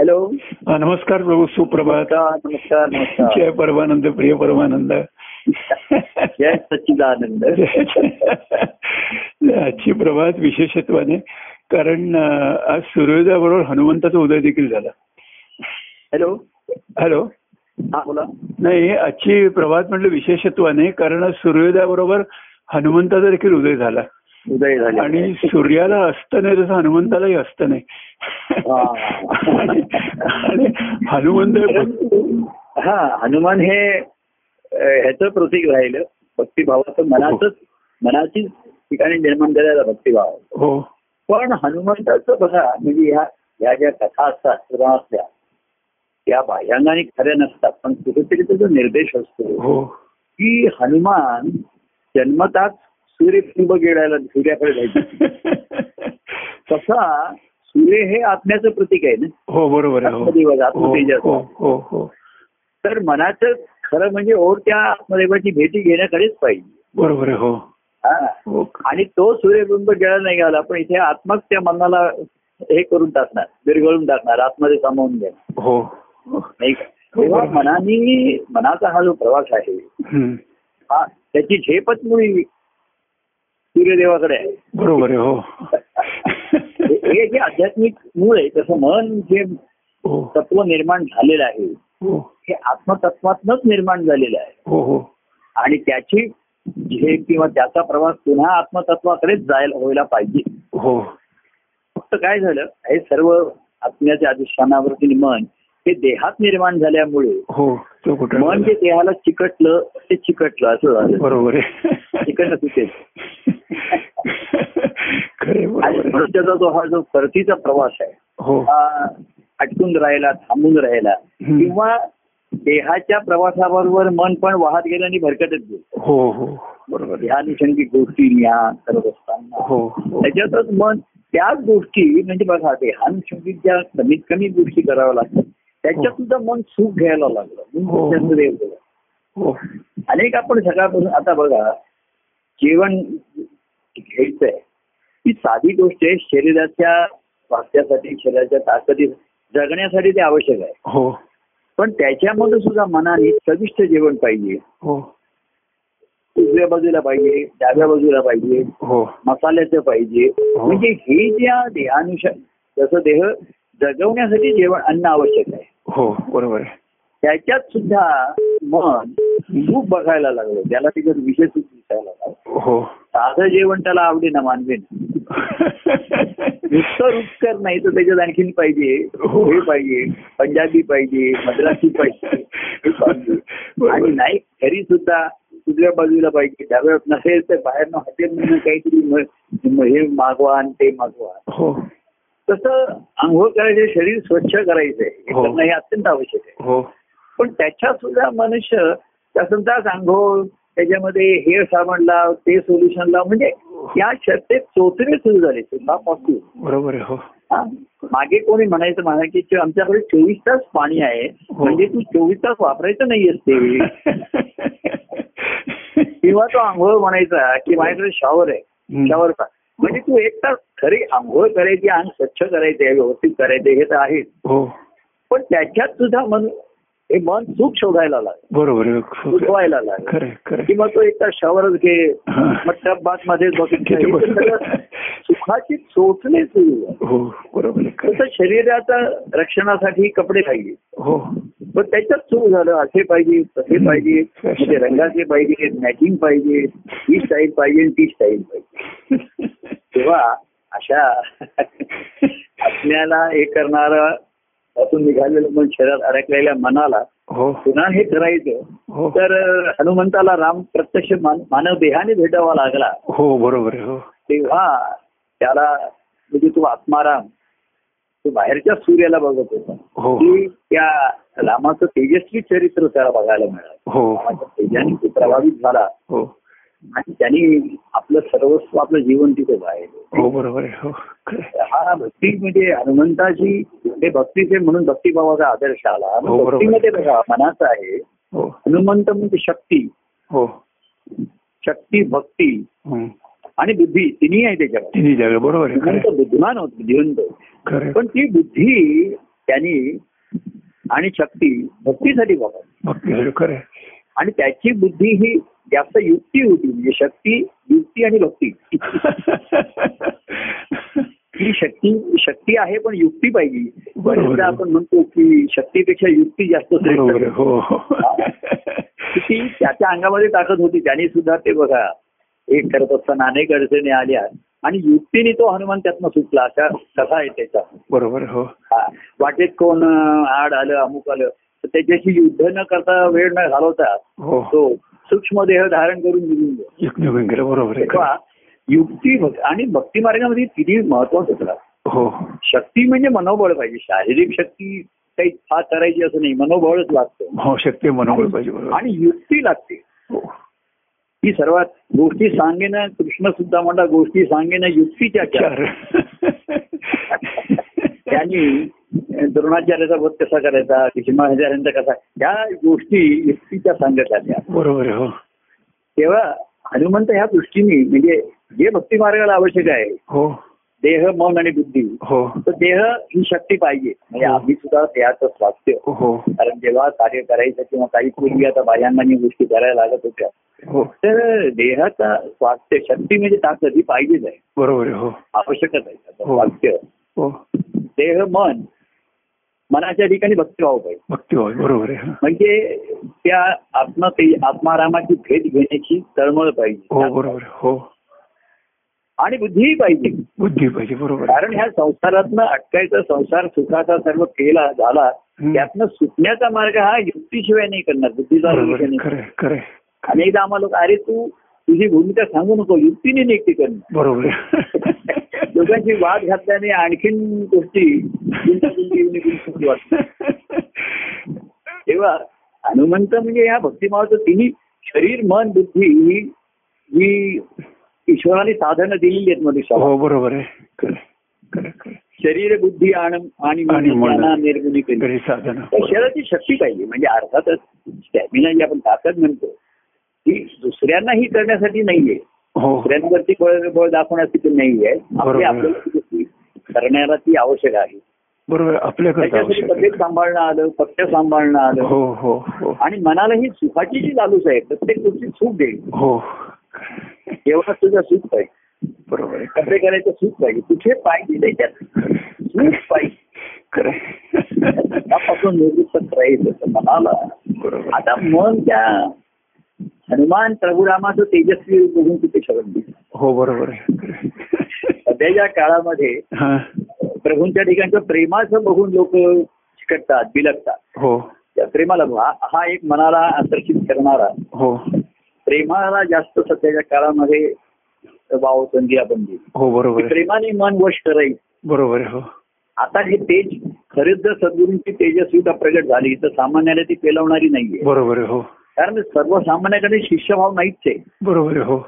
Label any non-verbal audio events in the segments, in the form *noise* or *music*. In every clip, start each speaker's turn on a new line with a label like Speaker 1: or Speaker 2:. Speaker 1: Hello
Speaker 2: हा, नमस्कार प्रभू सुप्रभात
Speaker 1: नमस्कार नमस्कार नमस्कार
Speaker 2: जय परमानंद प्रिय परमानंद
Speaker 1: जय सच्चिदानंद
Speaker 2: आजची प्रभात विशेषत्वाने कारण अं, आज सूर्योदयाबरोबर हनुमंताचा उदय देखील झाला
Speaker 1: हॅलो
Speaker 2: हॅलो
Speaker 1: हा बोला
Speaker 2: नाही आजची प्रभात म्हटलं विशेषत्वाने कारण आज सूर्योदयाबरोबर हनुमंताचा देखील उदय झाला
Speaker 1: उदय झाले
Speaker 2: आणि सूर्याला असतं नाही तसं हनुमंतालाही असतं नाही
Speaker 1: वा.
Speaker 2: आणि आणि हनुमंत
Speaker 1: परंतु, हा हनुमान हे अ, ह्याचं प्रतीक राहिलं भक्तिभावाचं मनाच मनाची ठिकाणी निर्माण झालेला भक्तिभाव
Speaker 2: हो
Speaker 1: पण हनुमंताचं बघा म्हणजे ह्या ह्या ज्या कथा असतात पुराणातल्या त्या बाह्यांगाने खऱ्या नसतात पण कुठेतरी त्याचा निर्देश असतो
Speaker 2: हो
Speaker 1: की हनुमान जन्मताच सूर्यबिंब गेडायला सूर्याकडे जायचं तसा सूर्य हे आत्म्याचं प्रतीक आहे ना
Speaker 2: हो बरोबर आहे हो.
Speaker 1: आत्मदेव, आत्मतेज
Speaker 2: हो हो हो हो
Speaker 1: तर मनाचं खरं म्हणजे ओढ त्या आत्मदेवाची भेटी घेण्याकडेच पाहिजे
Speaker 2: बरोबर आहे हो
Speaker 1: हा.
Speaker 2: हो
Speaker 1: आणि तो सूर्यबिंब गेला नाही गेला पण इथे आत्माच त्या मनाला हे करून टाकणार विरघळून टाकणार आतमध्ये सामावून घेणार
Speaker 2: हो
Speaker 1: नाही का तेव्हा मनाने मनाचा हा जो प्रवास आहे
Speaker 2: हम्म.
Speaker 1: हा त्याची झेपच मुळी सूर्यदेवाकडे आहे
Speaker 2: बरोबर आहे हो
Speaker 1: हे हे जे आध्यात्मिक मूळ आहे तसं मन जे
Speaker 2: हो
Speaker 1: तत्व निर्माण झालेलं आहे
Speaker 2: हो
Speaker 1: हे आत्मतत्वातनच निर्माण झालेलं आहे
Speaker 2: हो हो
Speaker 1: आणि त्याची हे किंवा त्याचा प्रवास पुन्हा आत्मतत्वाकडेच जायला व्हायला पाहिजे
Speaker 2: हो
Speaker 1: फक्त काय झालं हे सर्व आत्म्याच्या अधिष्ठानावरती मन हे देहात निर्माण झाल्यामुळे
Speaker 2: हो तो कुठे
Speaker 1: मन जे देहाला चिकटलं ते चिकटलं असं झालं
Speaker 2: बरोबर आहे
Speaker 1: चिकटलं तिथे
Speaker 2: खरे
Speaker 1: आणि
Speaker 2: बरोबर आहे.
Speaker 1: म्हणून त्याचा जो हा जो परतीचा प्रवास आहे
Speaker 2: हो
Speaker 1: हा अटकून राहिला थांबून राहिला
Speaker 2: हम्म.
Speaker 1: किंवा देहाच्या प्रवासाबरोबर मन पण वाहत गेलं आणि भरकटत गेलं
Speaker 2: हो हो बरोबर आहे.
Speaker 1: ह्या निशंकी गोष्टी या करत असताना
Speaker 2: हो हो
Speaker 1: त्याच्यातच मन त्याच गोष्टी म्हणजे बघा ते हानशंकित ज्या कमीत कमी गोष्टी कराव्या लागतात त्याच्यात सुद्धा मन सुख घ्यायला लागलं
Speaker 2: हो.
Speaker 1: म्हणून त्याचं देव गेलं.
Speaker 2: हो
Speaker 1: अनेक आपण सकाळपासून आता बघा जेवण घ्यायचंय ती साधी गोष्ट आहे शरीराच्या स्वास्थ्यासाठी शरीराच्या ताकदी जगण्यासाठी ते आवश्यक आहे
Speaker 2: हो
Speaker 1: पण त्याच्यामध्ये सुद्धा मनाने चविष्ट जेवण पाहिजे
Speaker 2: हो
Speaker 1: उजव्या बाजूला पाहिजे डाव्या बाजूला पाहिजे
Speaker 2: हो
Speaker 1: मसाल्याचं पाहिजे म्हणजे हे ज्या देहानुष जसं देह जगवण्यासाठी जेवण अन्न आवश्यक आहे
Speaker 2: हो बरोबर आहे.
Speaker 1: त्याच्यात सुद्धा मन खूप बघायला लागलं त्याला तिकडे विशेष दिसायला लागला
Speaker 2: हो
Speaker 1: साधं जेवण त्याला आवडे ना मानवेन नुसतं रुचकर नाही तर त्याच्यात आणखीन पाहिजे
Speaker 2: हो.
Speaker 1: हे पाहिजे पंजाबी पाहिजे मद्रासी पाहिजे हे पाहिजे आणि नाही घरी सुद्धा उजव्या बाजूला पाहिजे डाव्या नसेल तर बाहेरनं हॉटेल काहीतरी म- म- हे मागवा आणि ते मागवा
Speaker 2: हो
Speaker 1: तसं आंघोळ करायचे शरीर स्वच्छ करायचंय हे
Speaker 2: हो.
Speaker 1: करणं हे अत्यंत आवश्यक आहे
Speaker 2: हो
Speaker 1: पण त्याच्यात सुद्धा मनुष्य तास आंघोळ त्याच्यामध्ये हेअर साबण लाव ते सोल्युशन लाव म्हणजे या शर्तेत चोचले सुरू झाले सुरुवापासून
Speaker 2: बरोबर आहे हो
Speaker 1: हा. मागे कोणी म्हणायचं म्हणा की "चे- आमच्याकडे चोवीस तास पाणी आहे
Speaker 2: हो.
Speaker 1: म्हणजे तू चोवीस तास वापरायचं नाही असते
Speaker 2: *laughs*
Speaker 1: किंवा तो आंघोळ म्हणायचा की माझ्याकडे शॉवर आहे
Speaker 2: हम्म.
Speaker 1: शॉवर म्हणजे तू एक तास खरी आंघोळ करायची अंग स्वच्छ करायचे व्यवस्थित करायचे हे तर आहेच
Speaker 2: हो
Speaker 1: पण त्याच्यात सुद्धा मन हे मन सुख शोधायला लागलं
Speaker 2: बरोबर आहे
Speaker 1: सुखवायला लागलं
Speaker 2: खरे खरे
Speaker 1: किंवा तो एक तास शॉवरच घे
Speaker 2: हा.
Speaker 1: मग टब बाथ मध्ये
Speaker 2: किती बरोबर.
Speaker 1: सुखाची चोचले सुरू आहे.
Speaker 2: हो बरोबर आहे खरं
Speaker 1: तसं शरीराच्या रक्षणासाठी कपडे पाहिजे
Speaker 2: हो
Speaker 1: पण त्याच्यात सुरू झालं असे पाहिजे तसे पाहिजे म्हणजे रंगाचे पाहिजे मॅचिंग पाहिजे ही स्टाईल पाहिजे ती स्टाईल पाहिजे तेव्हा अशा आत्म्याला हे करणारा पासून निघालेलं मन शरीरात अडकलेल्या मनाला
Speaker 2: हो
Speaker 1: पुन्हा हे करायचं
Speaker 2: हो
Speaker 1: तर हनुमंताला राम प्रत्यक्ष मान- मानव देहाने भेटावा लागला
Speaker 2: हो बरोबर आहे हो
Speaker 1: तेव्हा त्याला म्हणजे तो आत्माराम तो बाहेरच्या सूर्याला बघत होता
Speaker 2: हो
Speaker 1: की त्या रामाचं तेजस्वी चरित्र त्याला बघायला मिळालं
Speaker 2: हो
Speaker 1: रामाच्या तेजाने तो प्रभावित झाला
Speaker 2: हो
Speaker 1: आणि त्यांनी आपलं सर्वस्व आपलं जीवन तिथे बाहेर
Speaker 2: हो बरोबर आहे हो खरं आहे.
Speaker 1: हा भक्ती म्हणजे हनुमंताची हे भक्तीचे म्हणून भक्तिभावाचा आदर्श आला
Speaker 2: हो, बरोबर.
Speaker 1: भक्तीमध्ये बघा मनाचा आहे
Speaker 2: हो
Speaker 1: हनुमंत म्हणजे शक्ती
Speaker 2: हो
Speaker 1: शक्ती भक्ती
Speaker 2: हम्म.
Speaker 1: आणि बुद्धी तिन्ही आहे त्याच्यामध्ये
Speaker 2: तिन्ही जागा बरोबर आहे खरं
Speaker 1: हनुमंत बुद्धिमान होते बुद्धिवंत होते.
Speaker 2: खरे
Speaker 1: पण ती बुद्धी त्यांनी आणि शक्ती भक्तीसाठी वापरली
Speaker 2: भक्ती खरं आहे
Speaker 1: आणि त्याची बुद्धी ही जास्त युक्ती होती म्हणजे शक्ती युक्ती आणि भक्ती ही शक्ती शक्ती आहे पण युक्ती पाहिजे
Speaker 2: बरोबर.
Speaker 1: बऱ्याचदा आपण म्हणतो की शक्तीपेक्षा युक्ती जास्त श्रेष्ठ
Speaker 2: बरोबर आहे.
Speaker 1: आहे.
Speaker 2: हो हो
Speaker 1: ती त्याच्या अंगामध्ये ताकद होती त्याने सुद्धा ते बघा एक करत असताना अनेक अडचणी आल्या आणि युक्तीने तो हनुमान त्यातनं सुटला अशा कथा आहे त्याच्या
Speaker 2: बरोबर हो
Speaker 1: हा. वाटेत कोण अं, आड आलं अमुक आलं तर त्याच्याशी युद्ध न करता वेळ न घालवता
Speaker 2: हो
Speaker 1: तो सूक्ष्म देह धारण करून निघून गेला
Speaker 2: युक्ती वगैरे बरोबर आहे खरं.
Speaker 1: तेव्हा युक्ती भक्- आणि भक्ती मार्गामध्ये किती महत्वाचं होतं
Speaker 2: हो
Speaker 1: शक्ती म्हणजे मनोबळ पाहिजे शारीरिक शक्ती काही फार करायची असं नाही मनोबळच लागतं
Speaker 2: हो शक्ती मनोबळ पाहिजे बरोबर
Speaker 1: आणि युक्ती लागते
Speaker 2: हो.
Speaker 1: ही सर्वात गोष्टी सांगेन कृष्ण सुद्धा म्हणला गोष्टी सांगेन युक्तीच्या चार
Speaker 2: चार
Speaker 1: *laughs* त्यांनी द्रोणाचार्याचा वध कसा करायचा भीष्माचार्यांचा कसा ह्या गोष्टी युक्तीच्या सांगत आल्या
Speaker 2: बरोबर आहे, हो
Speaker 1: तेव्हा हनुमंत ह्या दृष्टीने म्हणजे जे भक्ती मार्गाला आवश्यक आहे
Speaker 2: हो
Speaker 1: देह मन आणि बुद्धी
Speaker 2: हो
Speaker 1: तर देह ही शक्ती पाहिजे म्हणजे आम्ही सुद्धा देहाचं स्वास्थ्य
Speaker 2: हो
Speaker 1: कारण जेव्हा कार्य करायचं किंवा काही पूर्वी आता बाह्यांनी गोष्टी करायला लागत होत्या
Speaker 2: हो
Speaker 1: तर देहाचा स्वास्थ्य शक्ती म्हणजे ताकद ही पाहिजेच आहे
Speaker 2: बरोबर आहे, हो
Speaker 1: आवश्यकच आहे त्याचं
Speaker 2: हो.
Speaker 1: स्वास्थ्य
Speaker 2: हो
Speaker 1: देह मन मनाच्या ठिकाणी भक्तिभाव पाहिजे
Speaker 2: भक्ती होय बरोबर आहे हो. हा.
Speaker 1: म्हणजे त्या आत्मा ते आत्मारामाची भेट घेण्याची तळमळ
Speaker 2: हो
Speaker 1: पाहिजे
Speaker 2: बरोबर आहे, हो
Speaker 1: आणि बुद्धीही पाहिजे
Speaker 2: बुद्धी पाहिजे बरोबर आहे.
Speaker 1: कारण ह्या संसारातनं अटकायचा संसार सुखाचा सर्व केला झाला
Speaker 2: हम्म.
Speaker 1: त्यातनं सुटण्याचा मार्ग हा युक्तीशिवाय नाही करणार बुद्धीचा
Speaker 2: बरोबर
Speaker 1: नाही
Speaker 2: आहे,
Speaker 1: करणार.
Speaker 2: खरं आहे, खरं आहे.
Speaker 1: अनेकदा आम्हाला लोक अरे तू तुझी भूमिका सांगू नको युक्तीने निघते करणार
Speaker 2: बरोबर आहे. *laughs*
Speaker 1: लोकांची वाद घातल्याने आणखीन गोष्टी गुंतागुंती येऊन गुंतागुंती वाटतात. तेव्हा हनुमंत म्हणजे या भक्तिभावाचं तिन्ही शरीर मन बुद्धी ही ही ईश्वराने साधनं दिलेली आहेत मनुष्याला
Speaker 2: हो बरोबर आहे खरं आहे, खरं आहे, खरं आहे.
Speaker 1: शरीर बुद्धी आण- आणि मन
Speaker 2: आणि मन.
Speaker 1: ज्ञाना निर्गुणी करी.
Speaker 2: घरी साधन
Speaker 1: तर शरीराची शक्ती पाहिजे म्हणजे अर्थातच स्टॅमिना जी आपण ताकद म्हणतो ती दुसऱ्यांना ही करण्यासाठी नाहीये
Speaker 2: हो
Speaker 1: दुसऱ्यांवरती बळ बळ दाखवण्यासाठी ती नाहीये आपली
Speaker 2: बरोबर.
Speaker 1: आपल्याला ती गोष्टी करण्याला ती आवश्यक आहे
Speaker 2: बरोबर आपल्याकडे
Speaker 1: त्याच्यासाठी
Speaker 2: आवश्यक
Speaker 1: तब्येत
Speaker 2: आहे.
Speaker 1: सांभाळणं आलं पक्ष सांभाळणं आलं
Speaker 2: हो हो हो
Speaker 1: आणि मनाला ही सुखाची जी लालूच आहे प्रत्येक गोष्टीत सुख देईल
Speaker 2: हो
Speaker 1: जेवणात सुद्धा सुख पाहिजे
Speaker 2: बरोबर आहे खरं
Speaker 1: कपडे करायचं सुख पाहिजे कुठे पाहिजे नाही त्यात
Speaker 2: आहे, खरं
Speaker 1: सुख
Speaker 2: आहे.
Speaker 1: पाहिजे
Speaker 2: खरं आहे.
Speaker 1: त्यापासून निवृत्त राहील असं मनाला
Speaker 2: बरोबर
Speaker 1: आता मन त्या हनुमान प्रभुरामाचं तेजस्वी रूप बघून तिथे शरण दिलं.
Speaker 2: हो बरोबर आहे खरं आहे.
Speaker 1: सध्याच्या काळामध्ये
Speaker 2: हा
Speaker 1: प्रभूंच्या ठिकाणचं प्रेमाचं बघून लोक चिकटतात बिलगतात
Speaker 2: हो
Speaker 1: त्या प्रेमाला हा- हा एक मनाला आकर्षित करणारा
Speaker 2: हो
Speaker 1: प्रेमाला जास्त सध्याच्या काळामध्ये वाव संधी आपण दिली
Speaker 2: हो बरोबर
Speaker 1: की
Speaker 2: आहे
Speaker 1: प्रेमाने मन वश करायचं
Speaker 2: बरोबर आहे हो
Speaker 1: आता हे तेज खरंच जर सद्गुरूंची तेजस्विता प्रगट झाली तर सामान्याला ती पेलवणारी नाहीये
Speaker 2: बरोबर आहे हो
Speaker 1: कारण सर्वसामान्याकडे शिष्यभाव नाहीच आहे
Speaker 2: बरोबर आहे हो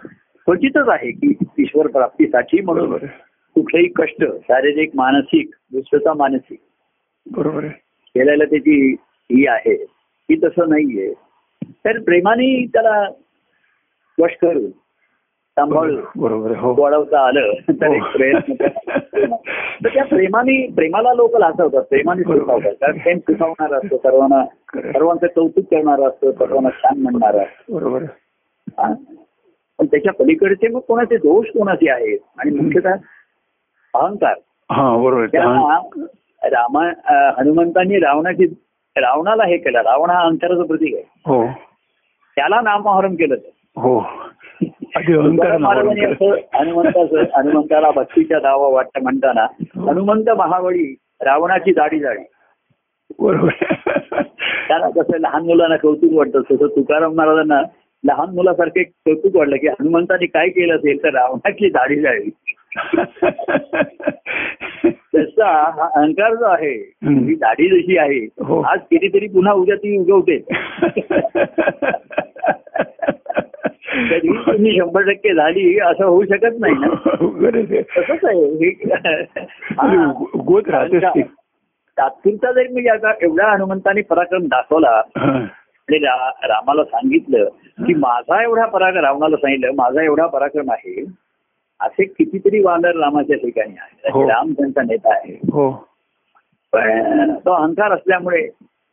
Speaker 1: क्वचितच आहे की ईश्वर प्राप्तीसाठी म्हणून
Speaker 2: बरोबर आहे
Speaker 1: कुठलेही कष्ट शारीरिक मानसिक दुसरता मानसिक
Speaker 2: बरोबर आहे
Speaker 1: केल्याला त्याची ही आहे ही तसं नाहीये तर प्रेमाने त्याला वश करून सांभाळून
Speaker 2: बरोबर आहे, हो
Speaker 1: वळवता आलं तर एक प्रयत्न करा. तर त्या प्रेमाने प्रेमाला लोक लाचवतात प्रेमाने सुखावतात कारण प्रेम सुखावणारा असतो सर्वांना
Speaker 2: खरं.
Speaker 1: सर्वांचं कौतुक करणारा असतो सर्वांना छान म्हणणारा
Speaker 2: बरोबर आहे.
Speaker 1: हा. पण त्याच्या पलीकडचे मग कोणाचे दोष कोणाचे आहेत आणि मुख्यतः अहंकार
Speaker 2: हा बरोबर आहे. हा.
Speaker 1: त्याला रामा अं, हनुमंतांनी रावणाची रावणाला हे केलं रावण हा अहंकाराचं प्रतीक आहे
Speaker 2: हो
Speaker 1: त्याला नामहरण केलं
Speaker 2: हो अगदी अहंकार नावावरून
Speaker 1: महाराजांनी असं
Speaker 2: केलं.
Speaker 1: हनुमंताचं हनुमंताला भक्तीच्या दावा वाटत म्हणताना
Speaker 2: हो.
Speaker 1: हनुमंत महावळी रावणाची जाडी जाडी
Speaker 2: बरोबर
Speaker 1: त्याला कसं लहान मुलांना कौतुक वाटतं तसं तुकाराम महाराजांना लहान मुलासारखे कौतुक वाटलं की हनुमंतांनी काय केलं असेल तर रावणाची जाडी जाळी तसा हा अहंकार जो आहे
Speaker 2: हम्म.
Speaker 1: ही दाढी जशी आहे
Speaker 2: हो.
Speaker 1: आज कितीतरी पुन्हा उद्या ती उगवते कधी तुम्ही शंभर टक्के झाली असं होऊ शकत नाही
Speaker 2: *laughs*
Speaker 1: ना
Speaker 2: गरज आहे
Speaker 1: तसंच आहे
Speaker 2: *laughs*
Speaker 1: हे-
Speaker 2: आणि
Speaker 1: हा.
Speaker 2: उग- उगवत राहतेच ती
Speaker 1: तात्पुरता जरी म्हणजे आता एवढा हनुमंताने पराक्रम दाखवला
Speaker 2: हा.
Speaker 1: आणि रा- रामाला सांगितलं की माझा एवढा पराक्रम रावणाला सांगितलं माझा एवढा पराक्रम आहे असे कितीतरी वानर रामाच्या ठिकाणी आहे
Speaker 2: हो.
Speaker 1: राम त्यांचा नेता आहे
Speaker 2: हो
Speaker 1: पण तो अहंकार असल्यामुळे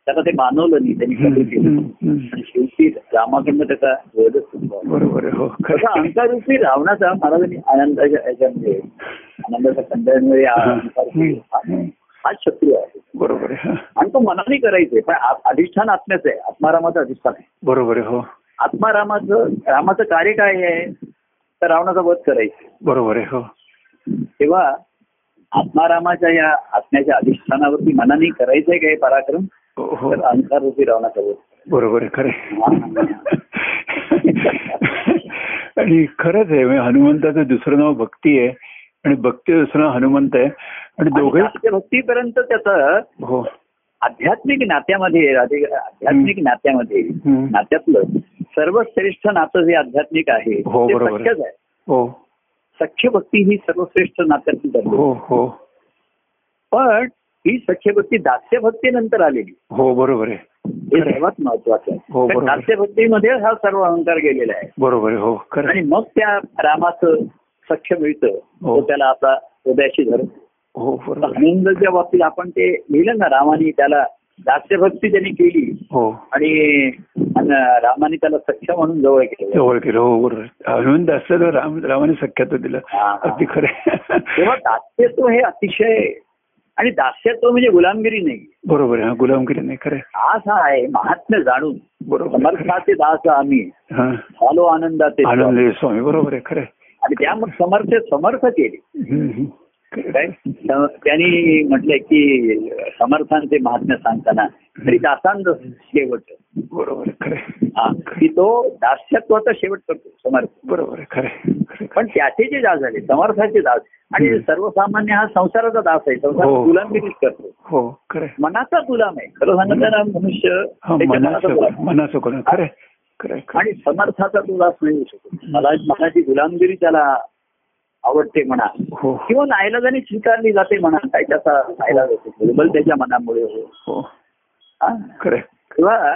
Speaker 1: त्याला ते मानवलं नाही त्यांनी
Speaker 2: हम्म,
Speaker 1: कधी केलं
Speaker 2: हम्म, हम्म.
Speaker 1: आणि शेवटी रामाकडनं त्याचा वधच संभवला.
Speaker 2: बरोबर आहे, हो *laughs*
Speaker 1: तसा
Speaker 2: खरं
Speaker 1: अहंकार रूपी रावणाचा महाराजांनी आनंदाच्या याच्यामध्ये आनंदाच्या कंदांमध्ये अहंकार केला. हा- हाच शत्रू आहे
Speaker 2: बरोबर आहे हा.
Speaker 1: आणि तो मनाने करायचे पण आ- अधिष्ठान आत्म्याचं आहे आत्मारामाचं अधिष्ठान आहे
Speaker 2: बरोबर आहे हो
Speaker 1: आत्मारामाचं रामाचं कार्य काय आहे तर रावणाचा वध करायचं
Speaker 2: बरोबर आहे हो
Speaker 1: तेव्हा आत्मारामाच्या या आत्म्याच्या अधिष्ठानावरती मनाने करायचंय काय पराक्रम
Speaker 2: हो, हो
Speaker 1: तर अंकार रूपी रावणाचा वध
Speaker 2: बरोबर आहे *laughs* खरे आणि खरंच आहे म्हणजे हनुमंताचं दुसरं नाव भक्ती आहे आणि भक्तीचं दुसरं नाव हनुमंत आहे आणि दोघे
Speaker 1: आणि भक्तीपर्यंत त्याचं
Speaker 2: हो
Speaker 1: आध्यात्मिक नात्यामध्ये राधे- आध्यात्मिक नात्यामध्ये
Speaker 2: हम्म.
Speaker 1: नात्यातलं सर्वश्रेष्ठ नातं जे आध्यात्मिक आहे
Speaker 2: हो,
Speaker 1: ते
Speaker 2: बरोबर.
Speaker 1: सख्यच आहे
Speaker 2: हो
Speaker 1: सख्य भक्ती ही सर्वश्रेष्ठ नात्यातली धर्म
Speaker 2: हो हो
Speaker 1: पण ही सख्य भक्ती दास्य भक्तीनंतर आलेली
Speaker 2: हो बरोबर आहे
Speaker 1: हे
Speaker 2: खरं.
Speaker 1: सर्वात महत्वाचं
Speaker 2: हो,
Speaker 1: आहे कारण
Speaker 2: बरोबर.
Speaker 1: दास्य भक्तीमध्ये हा सर्व अहंकार गेलेला आहे
Speaker 2: बरोबर आहे हो खरं
Speaker 1: आणि
Speaker 2: आहे.
Speaker 1: मग त्या रामाचं सख्य मिळतं तो
Speaker 2: हो.
Speaker 1: त्याला आता हृदयाशी धरतो
Speaker 2: हो
Speaker 1: आता
Speaker 2: बरोबर आहे.
Speaker 1: आनंदाच्या बाबतीत आपण ते लिहिलं ना रामाने त्याला दास्यभक्ती त्यांनी केली
Speaker 2: हो
Speaker 1: आणि अन रामाने त्याला सख्य म्हणून जवळ केलं
Speaker 2: जवळ केलं हो बरोबर आहे. हनुमंत असतं तर राम रामाने सख्यात दिलं
Speaker 1: हा, हा.
Speaker 2: अगदी खरं आहे.
Speaker 1: तेव्हा दास्यत्व हे अतिशय आणि दास्यत्व म्हणजे गुलामगिरी नाही
Speaker 2: बरोबर आहे हा गुलामगिरी नाही खरं आहे.
Speaker 1: दास हा आहे महात्म्य जाणून
Speaker 2: बरोबर आहे, खरं आहे.
Speaker 1: समर्थाचे दास आम्ही
Speaker 2: हा.
Speaker 1: झालो आनंदाचे स्वामी.
Speaker 2: आनंद स्वामी बरोबर आहे खरं आहे.
Speaker 1: आणि त्या मग समर्थ समर्थ केले
Speaker 2: हम्म, हम्म. खरं
Speaker 1: काय
Speaker 2: आहे.
Speaker 1: सम- त्यांनी म्हटलंय की समर्थांचे महात्म्य सांगताना तरी दासांचं शेवट
Speaker 2: बरोबर आहे खरं आहे.
Speaker 1: हा की तो दास्यत्वाचा शेवट करतो समर्थ
Speaker 2: बरोबर आहे खरं आहे. खरं आहे.
Speaker 1: पण त्याचे जे दास झाले समर्थाचे दास आणि
Speaker 2: हम्म.
Speaker 1: सर्वसामान्य हा संसाराचा दास आहे संसार
Speaker 2: हो.
Speaker 1: गुलामगिरीच करतो
Speaker 2: हो खरं आहे.
Speaker 1: मनाचा गुलाम आहे खरं सांगताना मनुष्य
Speaker 2: हा
Speaker 1: त्याच्या मनाचा
Speaker 2: मनाचं
Speaker 1: गुलाम आहे.
Speaker 2: मनाचं कोण खरं आहे. खरं आहे, खरं आहे.
Speaker 1: आणि समर्थाचा तो दास नाही होऊ शकतो मला मनाची गुलामगिरी त्याला आवडते म्हणा
Speaker 2: हो
Speaker 1: किंवा नाईलाजाने स्वीकारली जाते म्हणा काय त्याचा नाईलाज होतो दुर्बल त्याच्या मनामुळे हो
Speaker 2: हो
Speaker 1: हा?
Speaker 2: खरं आहे.
Speaker 1: किंवा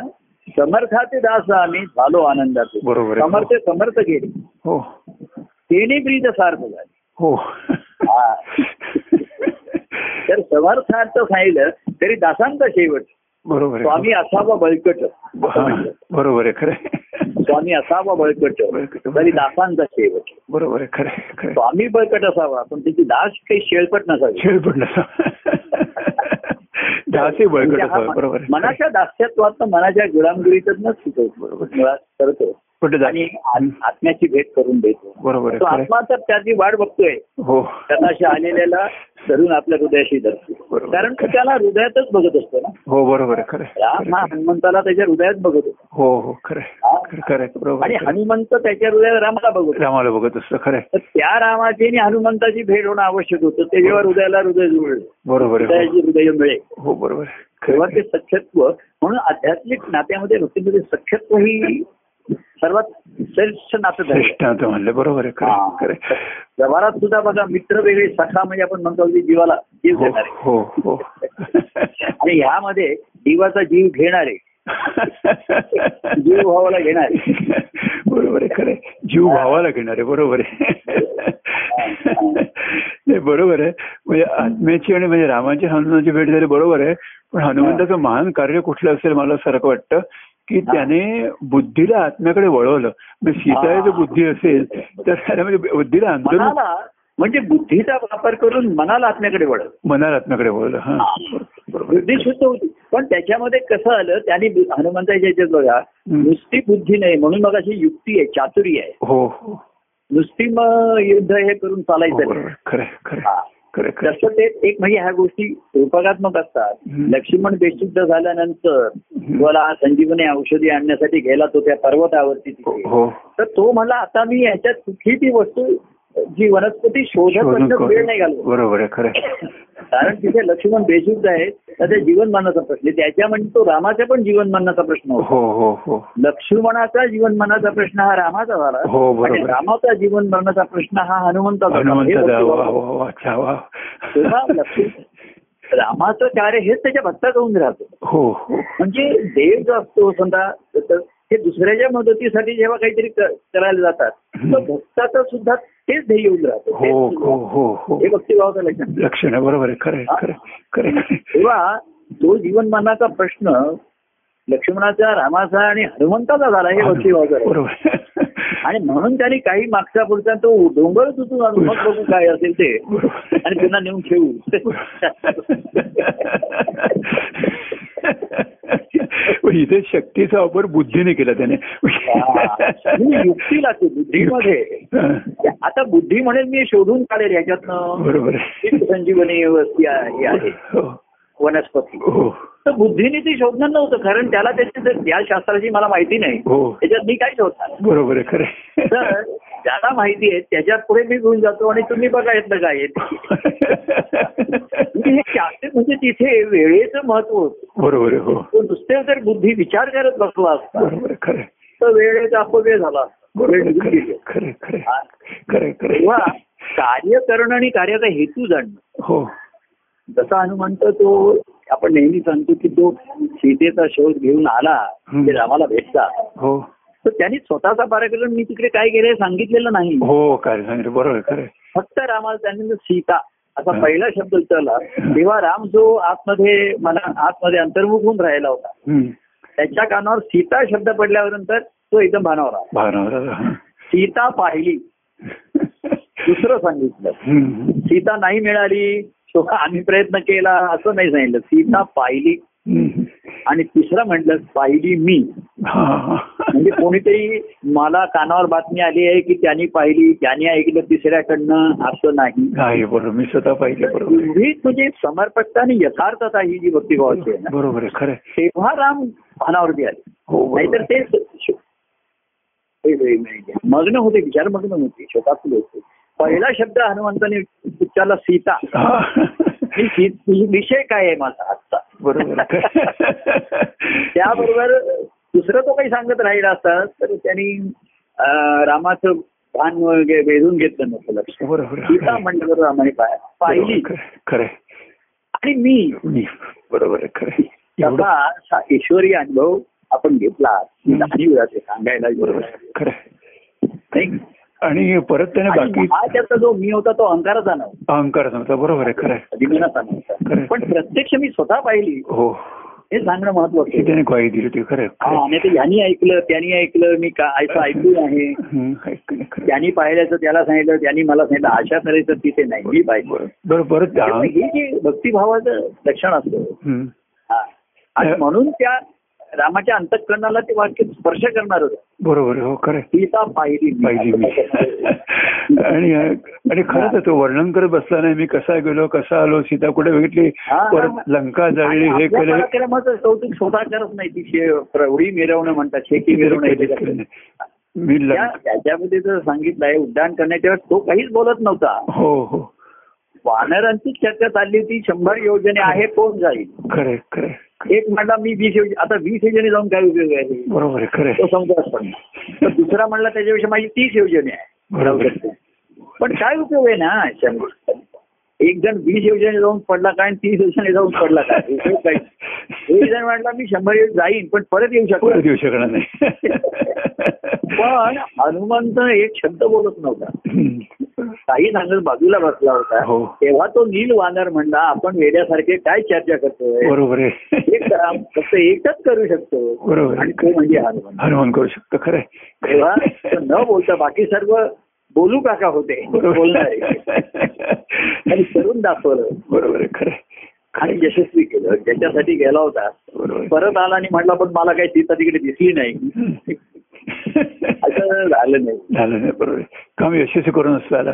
Speaker 1: समर्थाचे दास आम्ही झालो आनंदाचे
Speaker 2: बरोबर आहे.
Speaker 1: समर्थ समर्थ गेले
Speaker 2: हो
Speaker 1: तेने प्रीत सार्थ झाले
Speaker 2: हो
Speaker 1: हा. तर समर्थार्थ सांगितलं तरी दासांचा शेवट
Speaker 2: बरोबर आहे हो.
Speaker 1: स्वामी असावा बळकट असं
Speaker 2: हा,
Speaker 1: म्हणलं.
Speaker 2: बरोबर आहे खरं आहे.
Speaker 1: स्वामी असावा बळकट
Speaker 2: बळकट.
Speaker 1: तरी दासांचा शेवट
Speaker 2: बरोबर आहे खरं आहे, खरं आहे.
Speaker 1: स्वामी बळकट असावा पण त्याची दास काही शेळपट नसावी
Speaker 2: खेळ पण नसा दहाशे बळकट
Speaker 1: म्हणजे हा
Speaker 2: असावं, बरोबर आहे.
Speaker 1: मनाच्या दास्यत्वात मनाच्या गुलामगिरीतच
Speaker 2: बरोबर.
Speaker 1: सुचवतो मुळात करतो
Speaker 2: पण ते दा-
Speaker 1: आणि आत- आत्म्याची भेट करून देतो
Speaker 2: बरोबर आहे
Speaker 1: तो
Speaker 2: खरं आहे.
Speaker 1: आत्मा तर त्याची वाट बघतोय
Speaker 2: हो
Speaker 1: तणाशी आलेल्याला धरून आपल्या हृदयाशी धरतो
Speaker 2: बरोबर.
Speaker 1: कारण तो त्याला हृदयातच बघत असतो ना
Speaker 2: हो बरोबर आहे खरं आहे.
Speaker 1: राम हा हनुमंताला त्याच्या हृदयात बघत होतो
Speaker 2: हो हो खरं आहे.
Speaker 1: हा?
Speaker 2: खरं- खरं आहे, बरोबर
Speaker 1: आणि
Speaker 2: आहे.
Speaker 1: हनुमंत त्याच्या हृदयात रामाला बघत होता.
Speaker 2: रामाला बघत असतं खरं आहे.
Speaker 1: तर त्या रामाची आणि हनुमंताची भेट होणं आवश्यक होतं ते जेव्हा हृदयाला हृदय जुळलं
Speaker 2: बरोबर आहे
Speaker 1: हृदयाची हृदय मिळेल
Speaker 2: हो. हो बरोबर आहे. खरं
Speaker 1: तेव्हा
Speaker 2: आहे.
Speaker 1: ते सख्यत्व म्हणून आध्यात्मिक नात्यामध्ये भक्तीमध्ये सख्यत्व ही सर्वात श्रेष्ठ नातं धरलं.
Speaker 2: श्रेष्ठ आता म्हणलं बरोबर आहे खरं आहे,
Speaker 1: हा.
Speaker 2: खरं आहे.
Speaker 1: व्यवहारात सुद्धा बघा मित्र वेगळे सखा म्हणजे आपण म्हणतो अगदी जीवाला जीव
Speaker 2: हो
Speaker 1: देणारे
Speaker 2: हो हो
Speaker 1: *laughs*
Speaker 2: *laughs*
Speaker 1: आणि ह्यामध्ये जीवाचा जीव घेणारे जीव भावाला घेणारे
Speaker 2: *laughs* बरोबर आहे खरं आहे. जीव भावाला घेणार आहे बरोबर आहे नाही बरोबर आहे म्हणजे आत्म्याची आणि म्हणजे रामाची हनुमानाची भेट झाली बरोबर आहे पण हनुमंताचं महान कार्य कुठलं असेल मला सारखं वाटतं की
Speaker 1: हा.
Speaker 2: त्याने बुद्धीला आत्म्याकडे वळवलं म्हणजे सीताला जर
Speaker 1: हा.
Speaker 2: बुद्धी असेल तर त्याला म्हणजे बुद्धीला अंतर्मुख
Speaker 1: मनाला म्हणजे बुद्धीचा वापर करून मनाला आत्म्याकडे वळत
Speaker 2: मनाला आत्म्याकडे वळवलं हा बरोबर आहे.
Speaker 1: बुद्धी शुद्ध होती पण त्याच्यामध्ये कसं आलं त्याने बु- हनुमंताच्या याच्यात बघा
Speaker 2: हं.
Speaker 1: नुसती बुद्धी नाही म्हणून मग अशी युक्ती आहे चातुरी आहे
Speaker 2: हो हो
Speaker 1: नुसती मग युद्ध हे करून चालायचं नाही.
Speaker 2: बरोबर खरं आहे, खरं आहे.
Speaker 1: हा.
Speaker 2: खरं खरं
Speaker 1: तसं ते एक म्हणजे ह्या गोष्टी रूपकात्मक असतात
Speaker 2: हं.
Speaker 1: लक्ष्मण बेशुद्ध झाल्यानंतर
Speaker 2: हं.
Speaker 1: मला संजीवनी औषधी आणण्यासाठी गेला तो त्या पर्वतावरती तिथे.
Speaker 2: हो
Speaker 1: तर तो म्हणला आता मी याच्यात कुठली ती वस्तू जी वनस्पती
Speaker 2: शोधून
Speaker 1: शोधत वेळ नाही
Speaker 2: करू.
Speaker 1: घालू
Speaker 2: हो, बरोबर आहे खरं आहे.
Speaker 1: कारण तिथे लक्ष्मण बेशुद्ध आहे त्याच्या जीवनमानाचा प्रश्न आहे. त्याच्या म्हणजे तो रामाचा पण जीवनमानाचा प्रश्न होता
Speaker 2: हो हो हो
Speaker 1: लक्ष्मणाचा जीवनमानाचा प्रश्न हा रामाचा झाला
Speaker 2: हो, बरोबर.
Speaker 1: आणि रामाचा जीवनमरणाचा प्रश्न हा हनुमंताचा झाला. हे
Speaker 2: हनुमंत
Speaker 1: वस्तू
Speaker 2: वा
Speaker 1: बघा.
Speaker 2: वा वा अच्छा वा
Speaker 1: तेव्हा लक्ष्मण- रामाचं कार्य हेच त्याच्या भक्तात होऊन राहतं
Speaker 2: हो हो
Speaker 1: म्हणजे देव जो असतो समजा तर ते दुसऱ्याच्या मदतीसाठी जेव्हा काहीतरी क- करायला जातात तर भक्ताचं सुद्धा तेच ध्येय येऊन राहतं
Speaker 2: हो
Speaker 1: तेच-
Speaker 2: हो हो हो
Speaker 1: हे भक्तिभावाचं लक्षण
Speaker 2: लक्षण आहे, बरोबर आहे खरं आहे, खरं आहे, खरं आहे.
Speaker 1: तेव्हा तो जीवनमानाचा प्रश्न लक्ष्मणाचा रामाचा आणि हनुमंताचा झाला हे लक्षी वाजवा
Speaker 2: बरोबर
Speaker 1: आणि म्हणून त्यांनी काही मागच्या पुढचा तो डोंगर तुटून आणून मग बघू काय असेल ते आणि
Speaker 2: बरोबर
Speaker 1: त्यांना नेऊन ठेवू
Speaker 2: पण हो, इथे शक्तीचा वापर बुद्धीने केला त्याने
Speaker 1: म्हणजे युक्ती लागते बुद्धीमध्ये आता बुद्धी म्हणेल मी शोधून काढेल ह्याच्यातनं
Speaker 2: बरोबर
Speaker 1: ही संजीवनी वस्ती आहे ही आहे,
Speaker 2: हो
Speaker 1: वनस्पती
Speaker 2: हो
Speaker 1: तर बुद्धीने ती शोधणार नव्हतं कारण त्याला त्याची जर- त्या शास्त्राची मला माहिती नाही
Speaker 2: हो
Speaker 1: त्याच्यात मी काय शोधणार
Speaker 2: बरोबर आहे खरं आहे.
Speaker 1: तर ज्याला माहिती आहे त्याच्यात पुढे मी घेऊन जातो आणि तुम्ही बघा येतलं काय आहे ते. म्हणजे हे शास्त्र म्हणजे तिथे वेळेचं महत्व होतं
Speaker 2: *laughs* बरोबर आहे हो
Speaker 1: तो नुसते जर बुद्धी विचार करत बसला असता
Speaker 2: बरोबर आहे, खरं आहे.
Speaker 1: तर वेळेचा अपव्यय झाला असता.
Speaker 2: बरोबर
Speaker 1: वेळ
Speaker 2: आहे,
Speaker 1: निघून
Speaker 2: खरं
Speaker 1: गेली
Speaker 2: आहे, खरं आहे, खरं आहे.
Speaker 1: असता.
Speaker 2: खरं आहे, खरं
Speaker 1: तेव्हा
Speaker 2: आहे.
Speaker 1: कार्य करणं आणि कार्याचा हेतू जाणणं
Speaker 2: हो
Speaker 1: जसा हनुमंत तो आपण नेहमी सांगतो की तो सीतेचा शोध घेऊन आला
Speaker 2: हं.
Speaker 1: ते रामाला भेटता
Speaker 2: हो
Speaker 1: तर त्यांनी स्वतःचा कार्यक्रम मी तिकडे काय केलंय सांगितलेलं नाही
Speaker 2: हो काय सांगितलं बरोबर आहे, खरं आहे.
Speaker 1: फक्त रामाला त्यांनी सीता असा
Speaker 2: हं.
Speaker 1: पहिला शब्द उचलला तेव्हा राम जो आतमध्ये मला आतमध्ये अंतर्मुख होऊन राहिला होता
Speaker 2: हम्म.
Speaker 1: त्याच्या कानावर सीता शब्द पडल्यानंतर तो एकदम भानावर आला
Speaker 2: भावनावर हा.
Speaker 1: सीता पाहिली दुसरं सांगितलं
Speaker 2: हम्म.
Speaker 1: सीता नाही मिळाली तेव्हा आम्ही प्रयत्न केला असं नाही सांगितलं सीता पाहिली
Speaker 2: हम्म.
Speaker 1: आणि तिसरं म्हटलं पाहिली मी
Speaker 2: हा, हा.
Speaker 1: म्हणजे कोणीतरी मला कानावर बातमी आली आहे की त्यांनी पाहिली त्यांनी ऐकलं तिसऱ्याकडनं असं नाही
Speaker 2: नाही बरोबर मी स्वतः पाहिजे बरोबर आहे.
Speaker 1: एवढीच म्हणजे समर्पकता आणि यथार्थता ही जी भक्तिभावाची आहे ना
Speaker 2: बरोबर आहे खरं आहे.
Speaker 1: तेव्हा राम भानावरती आले
Speaker 2: हो बरोबर
Speaker 1: नाहीतर
Speaker 2: आहे.
Speaker 1: तेच श- ते वेळ मिळते. मग्न होते विचारमग्न होते शोकाकुल होते पहिला शब्द हनुमंताने उच्चारला सीता
Speaker 2: हा.
Speaker 1: ही सी- विषय काय आहे माझा आजचा
Speaker 2: बरोबर आहे, खरं आहे.
Speaker 1: *laughs* त्याबरोबर दुसरं तो काही सांगत राहिला असता तर त्यांनी अं, रामाचं भान वगैरे वेधून घेतलं नसतं लक्ष
Speaker 2: बरोबर आहे, खरं
Speaker 1: सीता
Speaker 2: आहे.
Speaker 1: म्हणलं रामाने पाय- पाहिली
Speaker 2: बरोबर आहे, खरं आहे.
Speaker 1: आणि मी
Speaker 2: मी बरोबर आहे खरं आहे. एवढं
Speaker 1: त्याचा असा ईश्वरी अनुभव आपण घेतला जाणीव जाते सांगायला
Speaker 2: बरोबर आहे, खरं आहे.
Speaker 1: नाही?
Speaker 2: आणि परत त्याने
Speaker 1: आणि
Speaker 2: बाकी
Speaker 1: हा त्याचा जो मी होता तो अहंकाराचा नव्हता
Speaker 2: अहंकार सांगता बरोबर आहे खरं आहे.
Speaker 1: अभिमानाचा नव्हता
Speaker 2: खरं.
Speaker 1: पण प्रत्यक्ष मी स्वतः पाहिली
Speaker 2: हो
Speaker 1: हे सांगणं महत्वाचं
Speaker 2: ही
Speaker 1: आहे
Speaker 2: त्याने ग्वाही दिली होती खरं आहे, खरं
Speaker 1: हा,
Speaker 2: आहे.
Speaker 1: आणि ते यांनी ऐकलं त्यांनी ऐकलं मी का असं ऐकून आहे
Speaker 2: हं, ऐकलं, खरं आहे.
Speaker 1: त्यांनी पाहिल्याचं त्याला सांगितलं त्यांनी मला सांगितलं अशा तऱ्हेचं तिथे नाही मी पाहिजे
Speaker 2: बरोबर परत
Speaker 1: तेव्हा
Speaker 2: अहं-
Speaker 1: हे जे भक्तिभावाचं लक्षण असतं
Speaker 2: हं.
Speaker 1: हा. आणि म्हणून त्या रामाच्या अंतःकरणाला ते वाक्य स्पर्श करणार होतं
Speaker 2: बरोबर आहे, हो खरं आहे.
Speaker 1: सीता पाहिली मी.
Speaker 2: पाहिजे मी *laughs*
Speaker 1: *laughs*
Speaker 2: आणि आणि खरंच आहे, तो वर्णन करत बसला नाही मी कसा गेलो कसा आलो सीता कुठे बघितली
Speaker 1: हा.
Speaker 2: परत लंका जळली
Speaker 1: आणि
Speaker 2: हे
Speaker 1: आपल्या
Speaker 2: केलं
Speaker 1: कार्यक्रमाचं कौतुक स्वतः करत नाही ती शे- प्रौढी मिरवणं म्हणतात शेकी मिरवणं हे ते करतात.
Speaker 2: मी
Speaker 1: त्या-
Speaker 2: लंका
Speaker 1: त्याच्यामध्ये जर सांगितलंय उड्डाण करण्याच्या वेळेस तो काहीच बोलत नव्हता
Speaker 2: हो हो
Speaker 1: वानरांचीच चर्चा चालली होती शंभर योजने आहे कोण जाईल
Speaker 2: खरं आहे, खरं आहे.
Speaker 1: एक म्हणला मी वीस योजना आता वीस योजने जाऊन काय उपयोग आहे
Speaker 2: बरोबर आहे खरं
Speaker 1: तो
Speaker 2: आहे.
Speaker 1: समजाच पण नाही. तर दुसरा म्हणला त्याच्याविषयी माझी तीस योजने
Speaker 2: बरोबर.
Speaker 1: आहे पण काय उपयोग आहे ना अशा गोष्टी? एक जण वीस योजने जाऊन पडला काय आणि तीस योजने जाऊन पडला काय उपयोग काय एक जण म्हणला मी शंभर योजना जाईन पण परत येऊ शकतो
Speaker 2: परत येऊ शकणार नाही
Speaker 1: पण हनुमंत एक शब्द बोलत नव्हता
Speaker 2: हम्म.
Speaker 1: काही सांगत बाजूला बसला होता
Speaker 2: हो.
Speaker 1: तेव्हा तो नील वानर म्हणला आपण वेड्यासारखे काय चर्चा करतोय
Speaker 2: बरोबर आहे
Speaker 1: एक काम फक्त एकच करू शकतो
Speaker 2: बरोबर
Speaker 1: आणि
Speaker 2: आहे.
Speaker 1: तो म्हणजे हनुमंत
Speaker 2: हनुमान करू शकतो खरं आहे.
Speaker 1: तेव्हा तो न बोलता बाकी सर्व बोलू काका होते
Speaker 2: बरोबर
Speaker 1: बोलणारे आणि करून दाखवलं
Speaker 2: बरोबर आहे खरं आहे.
Speaker 1: आणि यशस्वी केलं ज्याच्यासाठी गेला होता
Speaker 2: बरोबर आहे.
Speaker 1: परत आला आणि म्हटला पण मला काही सीता तिकडे दिसली नाही
Speaker 2: हम्म.
Speaker 1: असं झालं नाही
Speaker 2: झालं नाही बरोबर आहे. काम यशस्वी करून असं आलं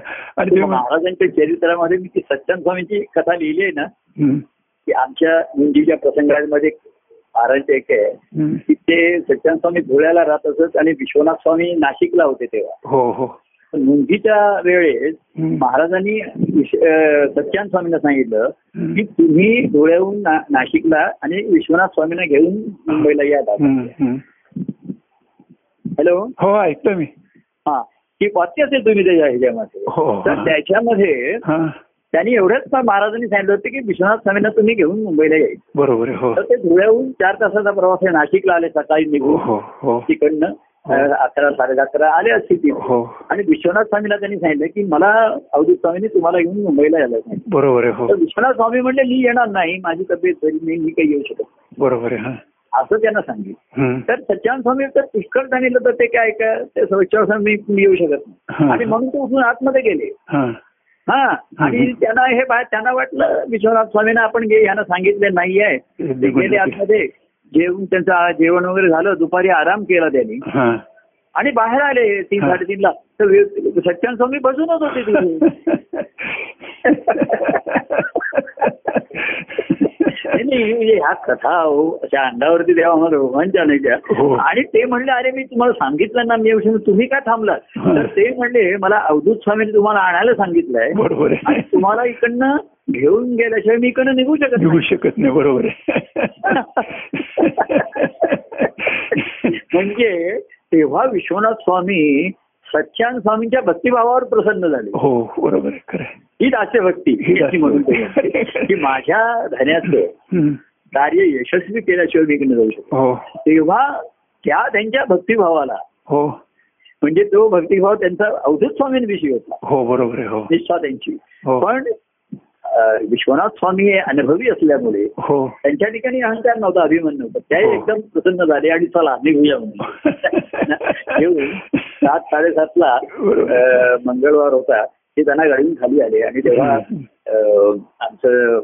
Speaker 1: ते
Speaker 2: आणि तुम्ही म्हण-
Speaker 1: महाराजांच्या चरित्रामध्ये मी ती सच्चन स्वामींची कथा लिहिली आहे ना
Speaker 2: हम्म.
Speaker 1: की आमच्या मुंजीच्या प्रसंगामध्ये महाराजांचे एक आहे
Speaker 2: हम्म.
Speaker 1: की ते सच्चन स्वामी धुळ्याला राहत असत आणि विश्वनाथ स्वामी नाशिकला होते तेव्हा
Speaker 2: हो हो
Speaker 1: पण मुंजीच्या वेळेस
Speaker 2: हम्म.
Speaker 1: महाराजांनी विश- अं, सत्यान स्वामींना सांगितलं की
Speaker 2: हम्म.
Speaker 1: तुम्ही धुळ्याहून ना- नाशिकला आणि विश्वनाथ स्वामींना घेऊन मुंबईला या दादा
Speaker 2: हम्म. हम्म.
Speaker 1: हॅलो
Speaker 2: हो ऐकतो मी
Speaker 1: हा ती वाक्य असेल तुम्ही त्याच्या ह्याच्यामध्ये
Speaker 2: हो
Speaker 1: तर
Speaker 2: हा.
Speaker 1: त्याच्यामध्ये
Speaker 2: हा
Speaker 1: त्यांनी एवढंच मा- महाराजांनी सांगितलं होतं की विश्वनाथ स्वामींना तुम्ही घेऊन मुंबईला यायचं
Speaker 2: बरोबर आहे हो
Speaker 1: तर ते धुळ्याहून चार तासाचा प्रवास आहे नाशिकला आले सकाळी निघून
Speaker 2: हो हो
Speaker 1: तिकडनं अं, अकरा साडे अकरा आले असतील ते
Speaker 2: हो
Speaker 1: आणि विश्वनाथ स्वामीला त्यांनी सांगितलं की मला अवधूत स्वामींनी तुम्हाला येऊन मुंबईला यायला सांगितलं
Speaker 2: बरोबर आहे हो
Speaker 1: तर विश्वनाथ स्वामी म्हणले मी येणार नाही माझी तब्येत बरी नाही मी काही येऊ शकत नाही.
Speaker 2: बरोबर आहे हा
Speaker 1: असं त्यांना सांगितलं
Speaker 2: हम्म.
Speaker 1: तर सच्चान स्वामी तर पुष्कळ सांगितलं तर ते काय काय ते सच्चान स्वामी मी येऊ शकत नाही
Speaker 2: हा.
Speaker 1: आणि म्हणून ते उठून आतमध्ये गेले
Speaker 2: हा
Speaker 1: हा आणि त्यांना हे बाहेर त्यांना वाटलं विश्वनाथ स्वामींना आपण गे यांना सांगितले नाहीये ते गेले आतमध्ये जेवून त्यांचं आ- जेवण वगैरे झालं दुपारी आराम केला त्यांनी
Speaker 2: हा
Speaker 1: आणि बाहेर आले तीन
Speaker 2: हा.
Speaker 1: साडेतीन ला तर वे- सच्चान स्वामी बसूनच होते तिथे नाही, नाही, म्हणजे ह्या कथा हो अशा अंडावरती देवा आम्हाला रोमांच आणायच्या
Speaker 2: हो.
Speaker 1: आणि ते म्हणले अरे मी तुम्हाला सांगितलं ना मी येऊ शकतो तुम्ही का थांबलात
Speaker 2: हा.
Speaker 1: तर ते म्हणले मला अवधूत स्वामीने तुम्हाला आणायला सांगितलंय
Speaker 2: बरोबर
Speaker 1: आणि
Speaker 2: आहे
Speaker 1: तुम्हाला इकडनं घेऊन गेल्याशिवाय मी इकडनं निघू शकत
Speaker 2: निघू
Speaker 1: नाही.
Speaker 2: शकत नाही बरोबर आहे
Speaker 1: म्हणजे तेव्हा विश्वनाथ स्वामी सच्चान स्वामींच्या भक्तिभावावर प्रसन्न झाले
Speaker 2: हो बरोबर आहे खरं आहे.
Speaker 1: ही दास्य भक्ती
Speaker 2: ही
Speaker 1: अशी म्हणून ते
Speaker 2: दास्यभक्ती.
Speaker 1: म्हणतात. की माझ्या धन्याचं
Speaker 2: हम्म.
Speaker 1: कार्य यशस्वी केल्याशिवाय मी इकडे जाऊ शकतो
Speaker 2: हो
Speaker 1: तेव्हा त्या त्यांच्या भक्तिभावाला
Speaker 2: हो
Speaker 1: म्हणजे तो भक्तिभाव त्यांचा अवधूत स्वामींविषयी होता
Speaker 2: हो बरोबर आहे हो
Speaker 1: निष्ठा त्यांची
Speaker 2: हो.
Speaker 1: पण अं, विश्वनाथ स्वामी हे अनुभवी असल्यामुळे
Speaker 2: हो
Speaker 1: त्यांच्या ठिकाणी अहंकार नव्हता अभिमान नव्हता ते
Speaker 2: हो.
Speaker 1: एकदम प्रसन्न झाले आणि चला निघूया
Speaker 2: *laughs*
Speaker 1: म्हणून येऊन सात साडेसातला अं, मंगळवार होता ते त्यांना गाडीहून खाली आले आणि तेव्हा अं, आमचं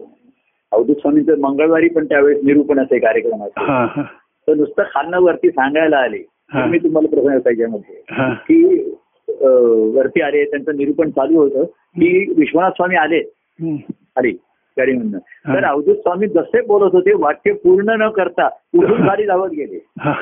Speaker 1: अवधूत स्वामींचं मंगळवारी पण त्यावेळेस निरूपण असे कार्यक्रम असे
Speaker 2: हा हा
Speaker 1: तर नुसतं खालनं वरती सांगायला आले
Speaker 2: हा.
Speaker 1: मी तुम्हाला प्रश्न त्याच्यामध्ये
Speaker 2: हा
Speaker 1: की अं, वरती आले त्यांचं निरूपण चालू होतं की विश्वनाथ स्वामी आले
Speaker 2: हम्म.
Speaker 1: खाली गाडीमधनं
Speaker 2: हा.
Speaker 1: तर अवधूत स्वामी जसे बोलत होते वाक्य पूर्ण न करता उठून खाली धावत गेले
Speaker 2: *laughs* हा.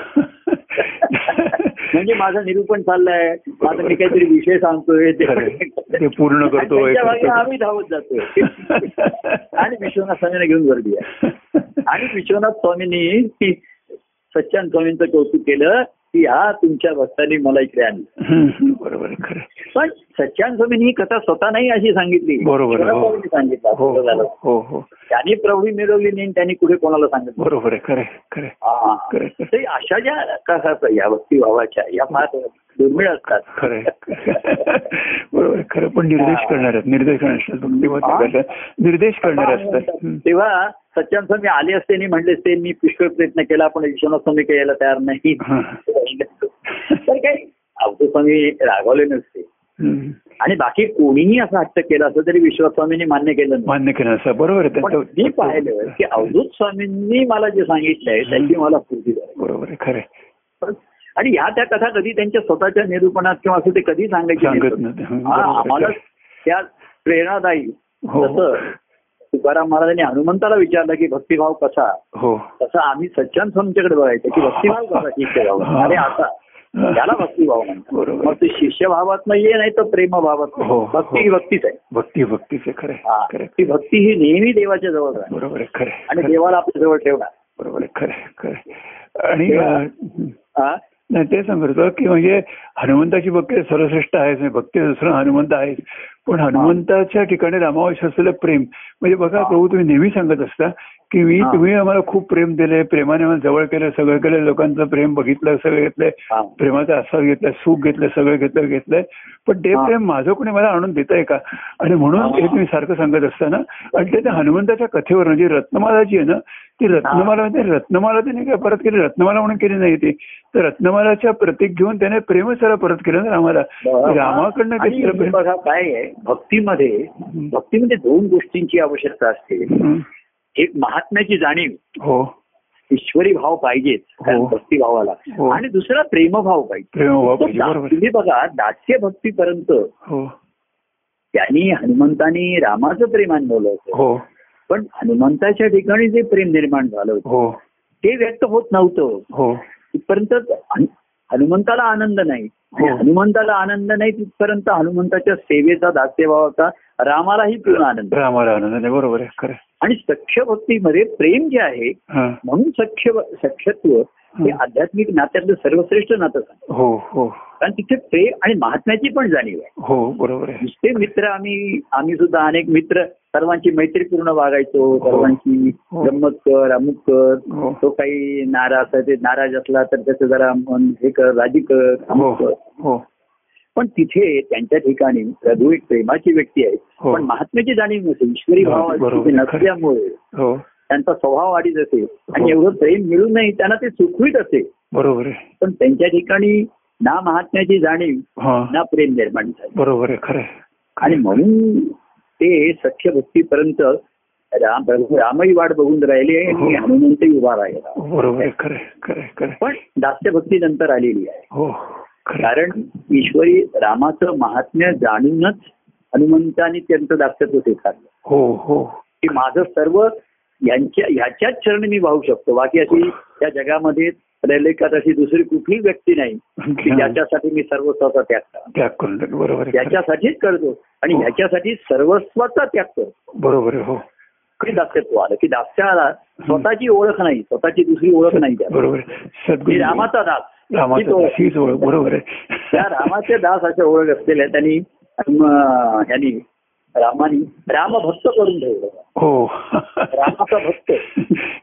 Speaker 1: म्हणजे
Speaker 2: *laughs*
Speaker 1: माझं निरूपण चाललंय माझं मी काहीतरी विषय सांगतोय ते- *laughs*
Speaker 2: खरं आहे. ते पूर्ण करतो
Speaker 1: आणि
Speaker 2: हे
Speaker 1: त्यांच्या मागे
Speaker 2: करतो.
Speaker 1: आम्ही धावत
Speaker 2: *laughs*
Speaker 1: जातोय आणि विश्वनाथ स्वामींना घेऊन गर्दी आहे आणि विश्वनाथ स्वामींनी ती सच्चान स्वामींचं कौतुक केलं की हा तुमच्या भक्तांनी मला इकडे आणलं
Speaker 2: हम्म. बरोबर आहे खरं आहे.
Speaker 1: पण सच्चान स्वामींनी ही कथा स्वतः नाही अशी सांगितली
Speaker 2: बरोबर आहे,
Speaker 1: विश्वनाथ
Speaker 2: हो.
Speaker 1: स्वामींनी सांगितलं
Speaker 2: हो
Speaker 1: असं झालं.
Speaker 2: हो हो
Speaker 1: त्यांनी प्रभू मिळवली नाही आणि त्यांनी कुठे कोणाला सांगितलं
Speaker 2: बरोबर आहे खरं आहे, खरं आहे.
Speaker 1: हा.
Speaker 2: खरं.
Speaker 1: ते अशा ज्या कथा असतात, या भक्तिभावाच्या या फार दुर्मिळ असतात
Speaker 2: खरं आहे. *laughs* बरोबर आहे, खरं पण निर्देश करणार आहेत निर्देश करणार असतात भक्तिमत
Speaker 1: हा?
Speaker 2: करतात. निर्देश करणार असतात हम्म.
Speaker 1: तेव्हा सच्चान स्वामी आले असते आणि म्हणले असते मी पुष्कळ प्रयत्न केला पण विश्वनाथ स्वामी काही यायला तयार नाही
Speaker 2: हा.
Speaker 1: तर काही अवधूत स्वामी रागावले नसते
Speaker 2: हम्म.
Speaker 1: आणि बाकी कोणीही असं हट्ट केलं असं तरी विश्वनाथ स्वामींनी मान्य केलं नाही
Speaker 2: मान्य केलं असं बरोबर आहे
Speaker 1: पण
Speaker 2: त्यांचं-
Speaker 1: मी पाहिलं की अवधूत स्वामींनी मला जे सांगितलंय त्याची मला पूर्ती झाली
Speaker 2: बरोबर आहे खरं आहे.
Speaker 1: पण- आणि ह्या त्या कथा कधी त्यांच्या स्वतःच्या निरूपणात किंवा असं ते कधी सांगायचे
Speaker 2: सांगत नाही हम्म,
Speaker 1: हा,
Speaker 2: बरोबर
Speaker 1: आम्हाला
Speaker 2: आहे.
Speaker 1: त्या प्रेरणादायी
Speaker 2: हो
Speaker 1: जसं तुकाराम महाराजांनी हनुमंताला विचारलं की भक्तिभाव कसा
Speaker 2: हो
Speaker 1: तसं आम्ही सच्चान स्वामीच्याकडे बघायचं की भक्तिभाव कसा शिष्य
Speaker 2: हा.
Speaker 1: अरे आता *laughs* त्याला भक्तिभाव म्हणतात
Speaker 2: बरोबर.
Speaker 1: मग ते शिष्यभावात नाहीये नाही तर प्रेमभावात
Speaker 2: हो,
Speaker 1: भक्ती
Speaker 2: हो.
Speaker 1: ही भक्तीच आहे
Speaker 2: भक्ती भक्तीचे खरं आहे,
Speaker 1: हा.
Speaker 2: खरं आहे.
Speaker 1: ती भक्ती ही नेहमी देवाच्या जवळ राहणार
Speaker 2: बरोबर आहे खरं आहे,
Speaker 1: आणि
Speaker 2: खरं आहे.
Speaker 1: देवाला आपल्या जवळ ठेवणार
Speaker 2: बरोबर आहे खरं आहे, खरं आहे. आणि
Speaker 1: तेव्हा-
Speaker 2: अं, हम्म.
Speaker 1: हा?
Speaker 2: नाही ते सांगत होतो की म्हणजे हनुमंताची भक्ती सर्वश्रेष्ठ आहेच नाही भक्ती दुसरं हनुमंत आहेच पण हनुमंताच्या ठिकाणी रामावश्य असलेलं प्रेम म्हणजे बघा
Speaker 1: हा.
Speaker 2: प्रभू तुम्ही नेहमी सांगत असता की मी
Speaker 1: हा.
Speaker 2: तुम्ही आम्हाला खूप प्रेम दिले प्रेमाने मला जवळ केलं सगळं केलं लोकांचं प्रेम बघितलं सगळं घेतलंय
Speaker 1: हा.
Speaker 2: प्रेमाचा आस्वाद घेतलाय सुख घेतलं सगळं घेतलं घेतलंय पण ते
Speaker 1: हा.
Speaker 2: प्रेम माझं कोणी मला आणून देत आहे का आणि म्हणून
Speaker 1: हा.
Speaker 2: हे तुम्ही सारखं सांगत असताना आणि ते त्या हनुमंताच्या कथेवर म्हणजे रत्नमाला जी आहे ना ती रत्नमाला म्हणजे रत्नमाला त्याने काय परत केली रत्नमाला म्हणून केली नाही ती तर रत्नमालाच्या प्रतीक घेऊन त्याने प्रेमच त्याला परत केलं ना रामाला रामाकडनं
Speaker 1: आणि
Speaker 2: घेतलं
Speaker 1: हे
Speaker 2: प्रेम
Speaker 1: बघा काय आहे भक्तीमध्ये
Speaker 2: हम्म.
Speaker 1: भक्तीमध्ये दोन गोष्टींची आवश्यकता असते
Speaker 2: हम्म.
Speaker 1: एक महात्म्याची जाणीव
Speaker 2: हो
Speaker 1: ईश्वरी भाव पाहिजेच
Speaker 2: हो.
Speaker 1: भक्तिभावाला
Speaker 2: हो.
Speaker 1: आणि दुसरा प्रेमभाव पाहिजे
Speaker 2: प्रेम व्हावं
Speaker 1: तो
Speaker 2: पाहिजे
Speaker 1: दा-
Speaker 2: बरोबर
Speaker 1: तुम्ही बघा दास्य भक्तीपर्यंत
Speaker 2: हो
Speaker 1: त्यांनी हनुमंतानी रामाचं प्रेम अनुभवलं होतं
Speaker 2: हो
Speaker 1: पण हनुमंताच्या ठिकाणी जे प्रेम निर्माण झालं होतं
Speaker 2: हो
Speaker 1: ते व्यक्त होत नव्हतं
Speaker 2: हो
Speaker 1: तिथपर्यंत हनु- हनुमंताला आनंद नाही आणि
Speaker 2: हो.
Speaker 1: हनुमंताला आनंद नाही तिथपर्यंत हनुमंताच्या सेवेचा दास्यभावाचा रामालाही पूर्ण आनंद
Speaker 2: रामाला आनंद नाही बरोबर आहे खरं आहे.
Speaker 1: आणि सख्य भक्तीमध्ये प्रेम जे आहे
Speaker 2: हा
Speaker 1: म्हणून सख्य सख्यत्व हे आध्यात्मिक नात्यातलं सर्वश्रेष्ठ नातं सांग
Speaker 2: हो हो
Speaker 1: कारण तिथे प्रेम आणि महात्म्याची पण जाणीव आहे
Speaker 2: हो बरोबर आहे
Speaker 1: नुसते मित्र आम्ही आम्ही सुद्धा अनेक मित्र सर्वांची मैत्रीपूर्ण वागायचो सर्वांची
Speaker 2: हो.
Speaker 1: गंमत कर अमुक कर
Speaker 2: हो
Speaker 1: तो काही नाराज आहे, ते नाराज असला तर त्याचं जरा मन हे कर राजी कर
Speaker 2: हो
Speaker 1: अमुक कर.
Speaker 2: हो
Speaker 1: पण तिथे त्यांच्या ठिकाणी प्रभू एक प्रेमाची व्यक्ती आहे
Speaker 2: हो.
Speaker 1: पण महात्म्याची जाणीव नसेल ईश्वरी भाव
Speaker 2: बरोबर,
Speaker 1: तिथे
Speaker 2: खरं.
Speaker 1: नसल्यामुळे
Speaker 2: हो
Speaker 1: त्यांचा स्वभाव वाढीत असेल आणि
Speaker 2: हो.
Speaker 1: एवढं प्रेम मिळूनही त्यांना ते सुखवीत असेल
Speaker 2: बरोबर आहे
Speaker 1: पण त्यांच्या ठिकाणी ना महात्म्याची जाणीव
Speaker 2: हा
Speaker 1: ना प्रेम निर्माण झालं
Speaker 2: बरोबर आहे खरं आहे.
Speaker 1: आणि म्हणून ते सख्य भक्तीपर्यंत राम प्रभू रामही वाट बघून राहिले आणि
Speaker 2: हो.
Speaker 1: हनुमंतही उभा राहिला
Speaker 2: बरोबर आहे खरं आहे, खरं आहे, खरं आहे.
Speaker 1: पण दास्य भक्ती नंतर आलेली आहे
Speaker 2: हो खरं आहे.
Speaker 1: कारण ईश्वरी रामाचं महात्म्य जाणूनच हनुमंतांनी त्यांचं दास्यत्व स्वीकारलं
Speaker 2: हो हो
Speaker 1: की माझं सर्व यांच्या ह्याच्याच चरणी मी वाहू शकतो बाकी अशी या जगामध्ये प्रलेखात अशी दुसरी कुठली व्यक्ती नाही की ज्याच्यासाठी मी सर्वस्वाचा त्याग करतो
Speaker 2: त्याग करून टाक. बरोबर आहे खरं आहे.
Speaker 1: याच्यासाठीच करतो आणि
Speaker 2: हो.
Speaker 1: ह्याच्यासाठी सर्वस्वाचा त्याग करतो
Speaker 2: बरोबर आहे हो
Speaker 1: हे दास्यत्व आलं की दास्याला स्वतःची ओळख नाही स्वतःची दुसरी ओळख नाही त्याला.
Speaker 2: बरोबर आहे.
Speaker 1: मी
Speaker 2: सद्गुरू
Speaker 1: रामाचा दास हीच
Speaker 2: रामाचा
Speaker 1: ओळख.
Speaker 2: हीच ओळख बरोबर
Speaker 1: त्या
Speaker 2: आहे
Speaker 1: रामाचे दास अशा ओळख असलेल्या त्यांनी अम, ह्यांनी रामानी रामभक्त करून ठेवलं
Speaker 2: हो
Speaker 1: रामाचा भक्त.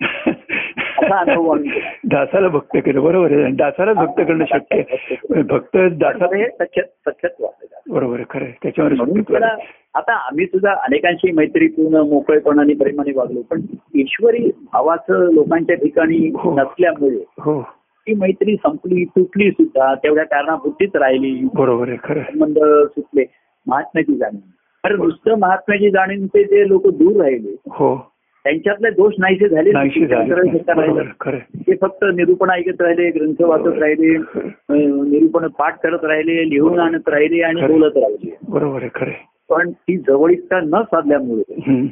Speaker 1: असा अनुभव आम्ही केला.
Speaker 2: दासाला भक्त केलं बरोबर आहे आणि दासाला भक्त करणं शक्य आहे. भक्त दासा
Speaker 1: हे सख्य- सख्यत्व आहे.
Speaker 2: बरोबर आहे खरं आहे. त्याच्यावर
Speaker 1: म्हणून
Speaker 2: शक्यत्व
Speaker 1: त्याला
Speaker 2: आहे.
Speaker 1: आता आम्ही सुद्धा अनेकांशी मैत्रीपूर्ण मोकळेपणाने प्रेमाने वागलो पण ईश्वरी भावाचं लोकांच्या ठिकाणी
Speaker 2: हो.
Speaker 1: नसल्यामुळे
Speaker 2: हो
Speaker 1: ती मैत्री संपली तुटली सुद्धा तेवढ्या कारणाभूतीच राहिली
Speaker 2: बरोबर आहे खरं आहे.
Speaker 1: संबंध सुटले महात्म्याची जाणीव तर नुसतं महात्म्याची जाणीवचे जे लोक दूर राहिले
Speaker 2: हो
Speaker 1: त्यांच्यातले दोष नाहीसे झाले
Speaker 2: नाहीशी झाली
Speaker 1: त्यांच्याकडे
Speaker 2: नाही.
Speaker 1: सत्ता
Speaker 2: बरोबर
Speaker 1: राहिलं.
Speaker 2: आहे. खरं आहे.
Speaker 1: ते फक्त निरूपण ऐकत राहिले ग्रंथ वाचत राहिले अं, निरूपण पाठ करत राहिले लिहून आणत राहिले आणि
Speaker 2: खरं.
Speaker 1: बोलत राहिले
Speaker 2: बरोबर आहे खरं आहे.
Speaker 1: पण ती जवळीकता न साधल्यामुळे
Speaker 2: हम्म.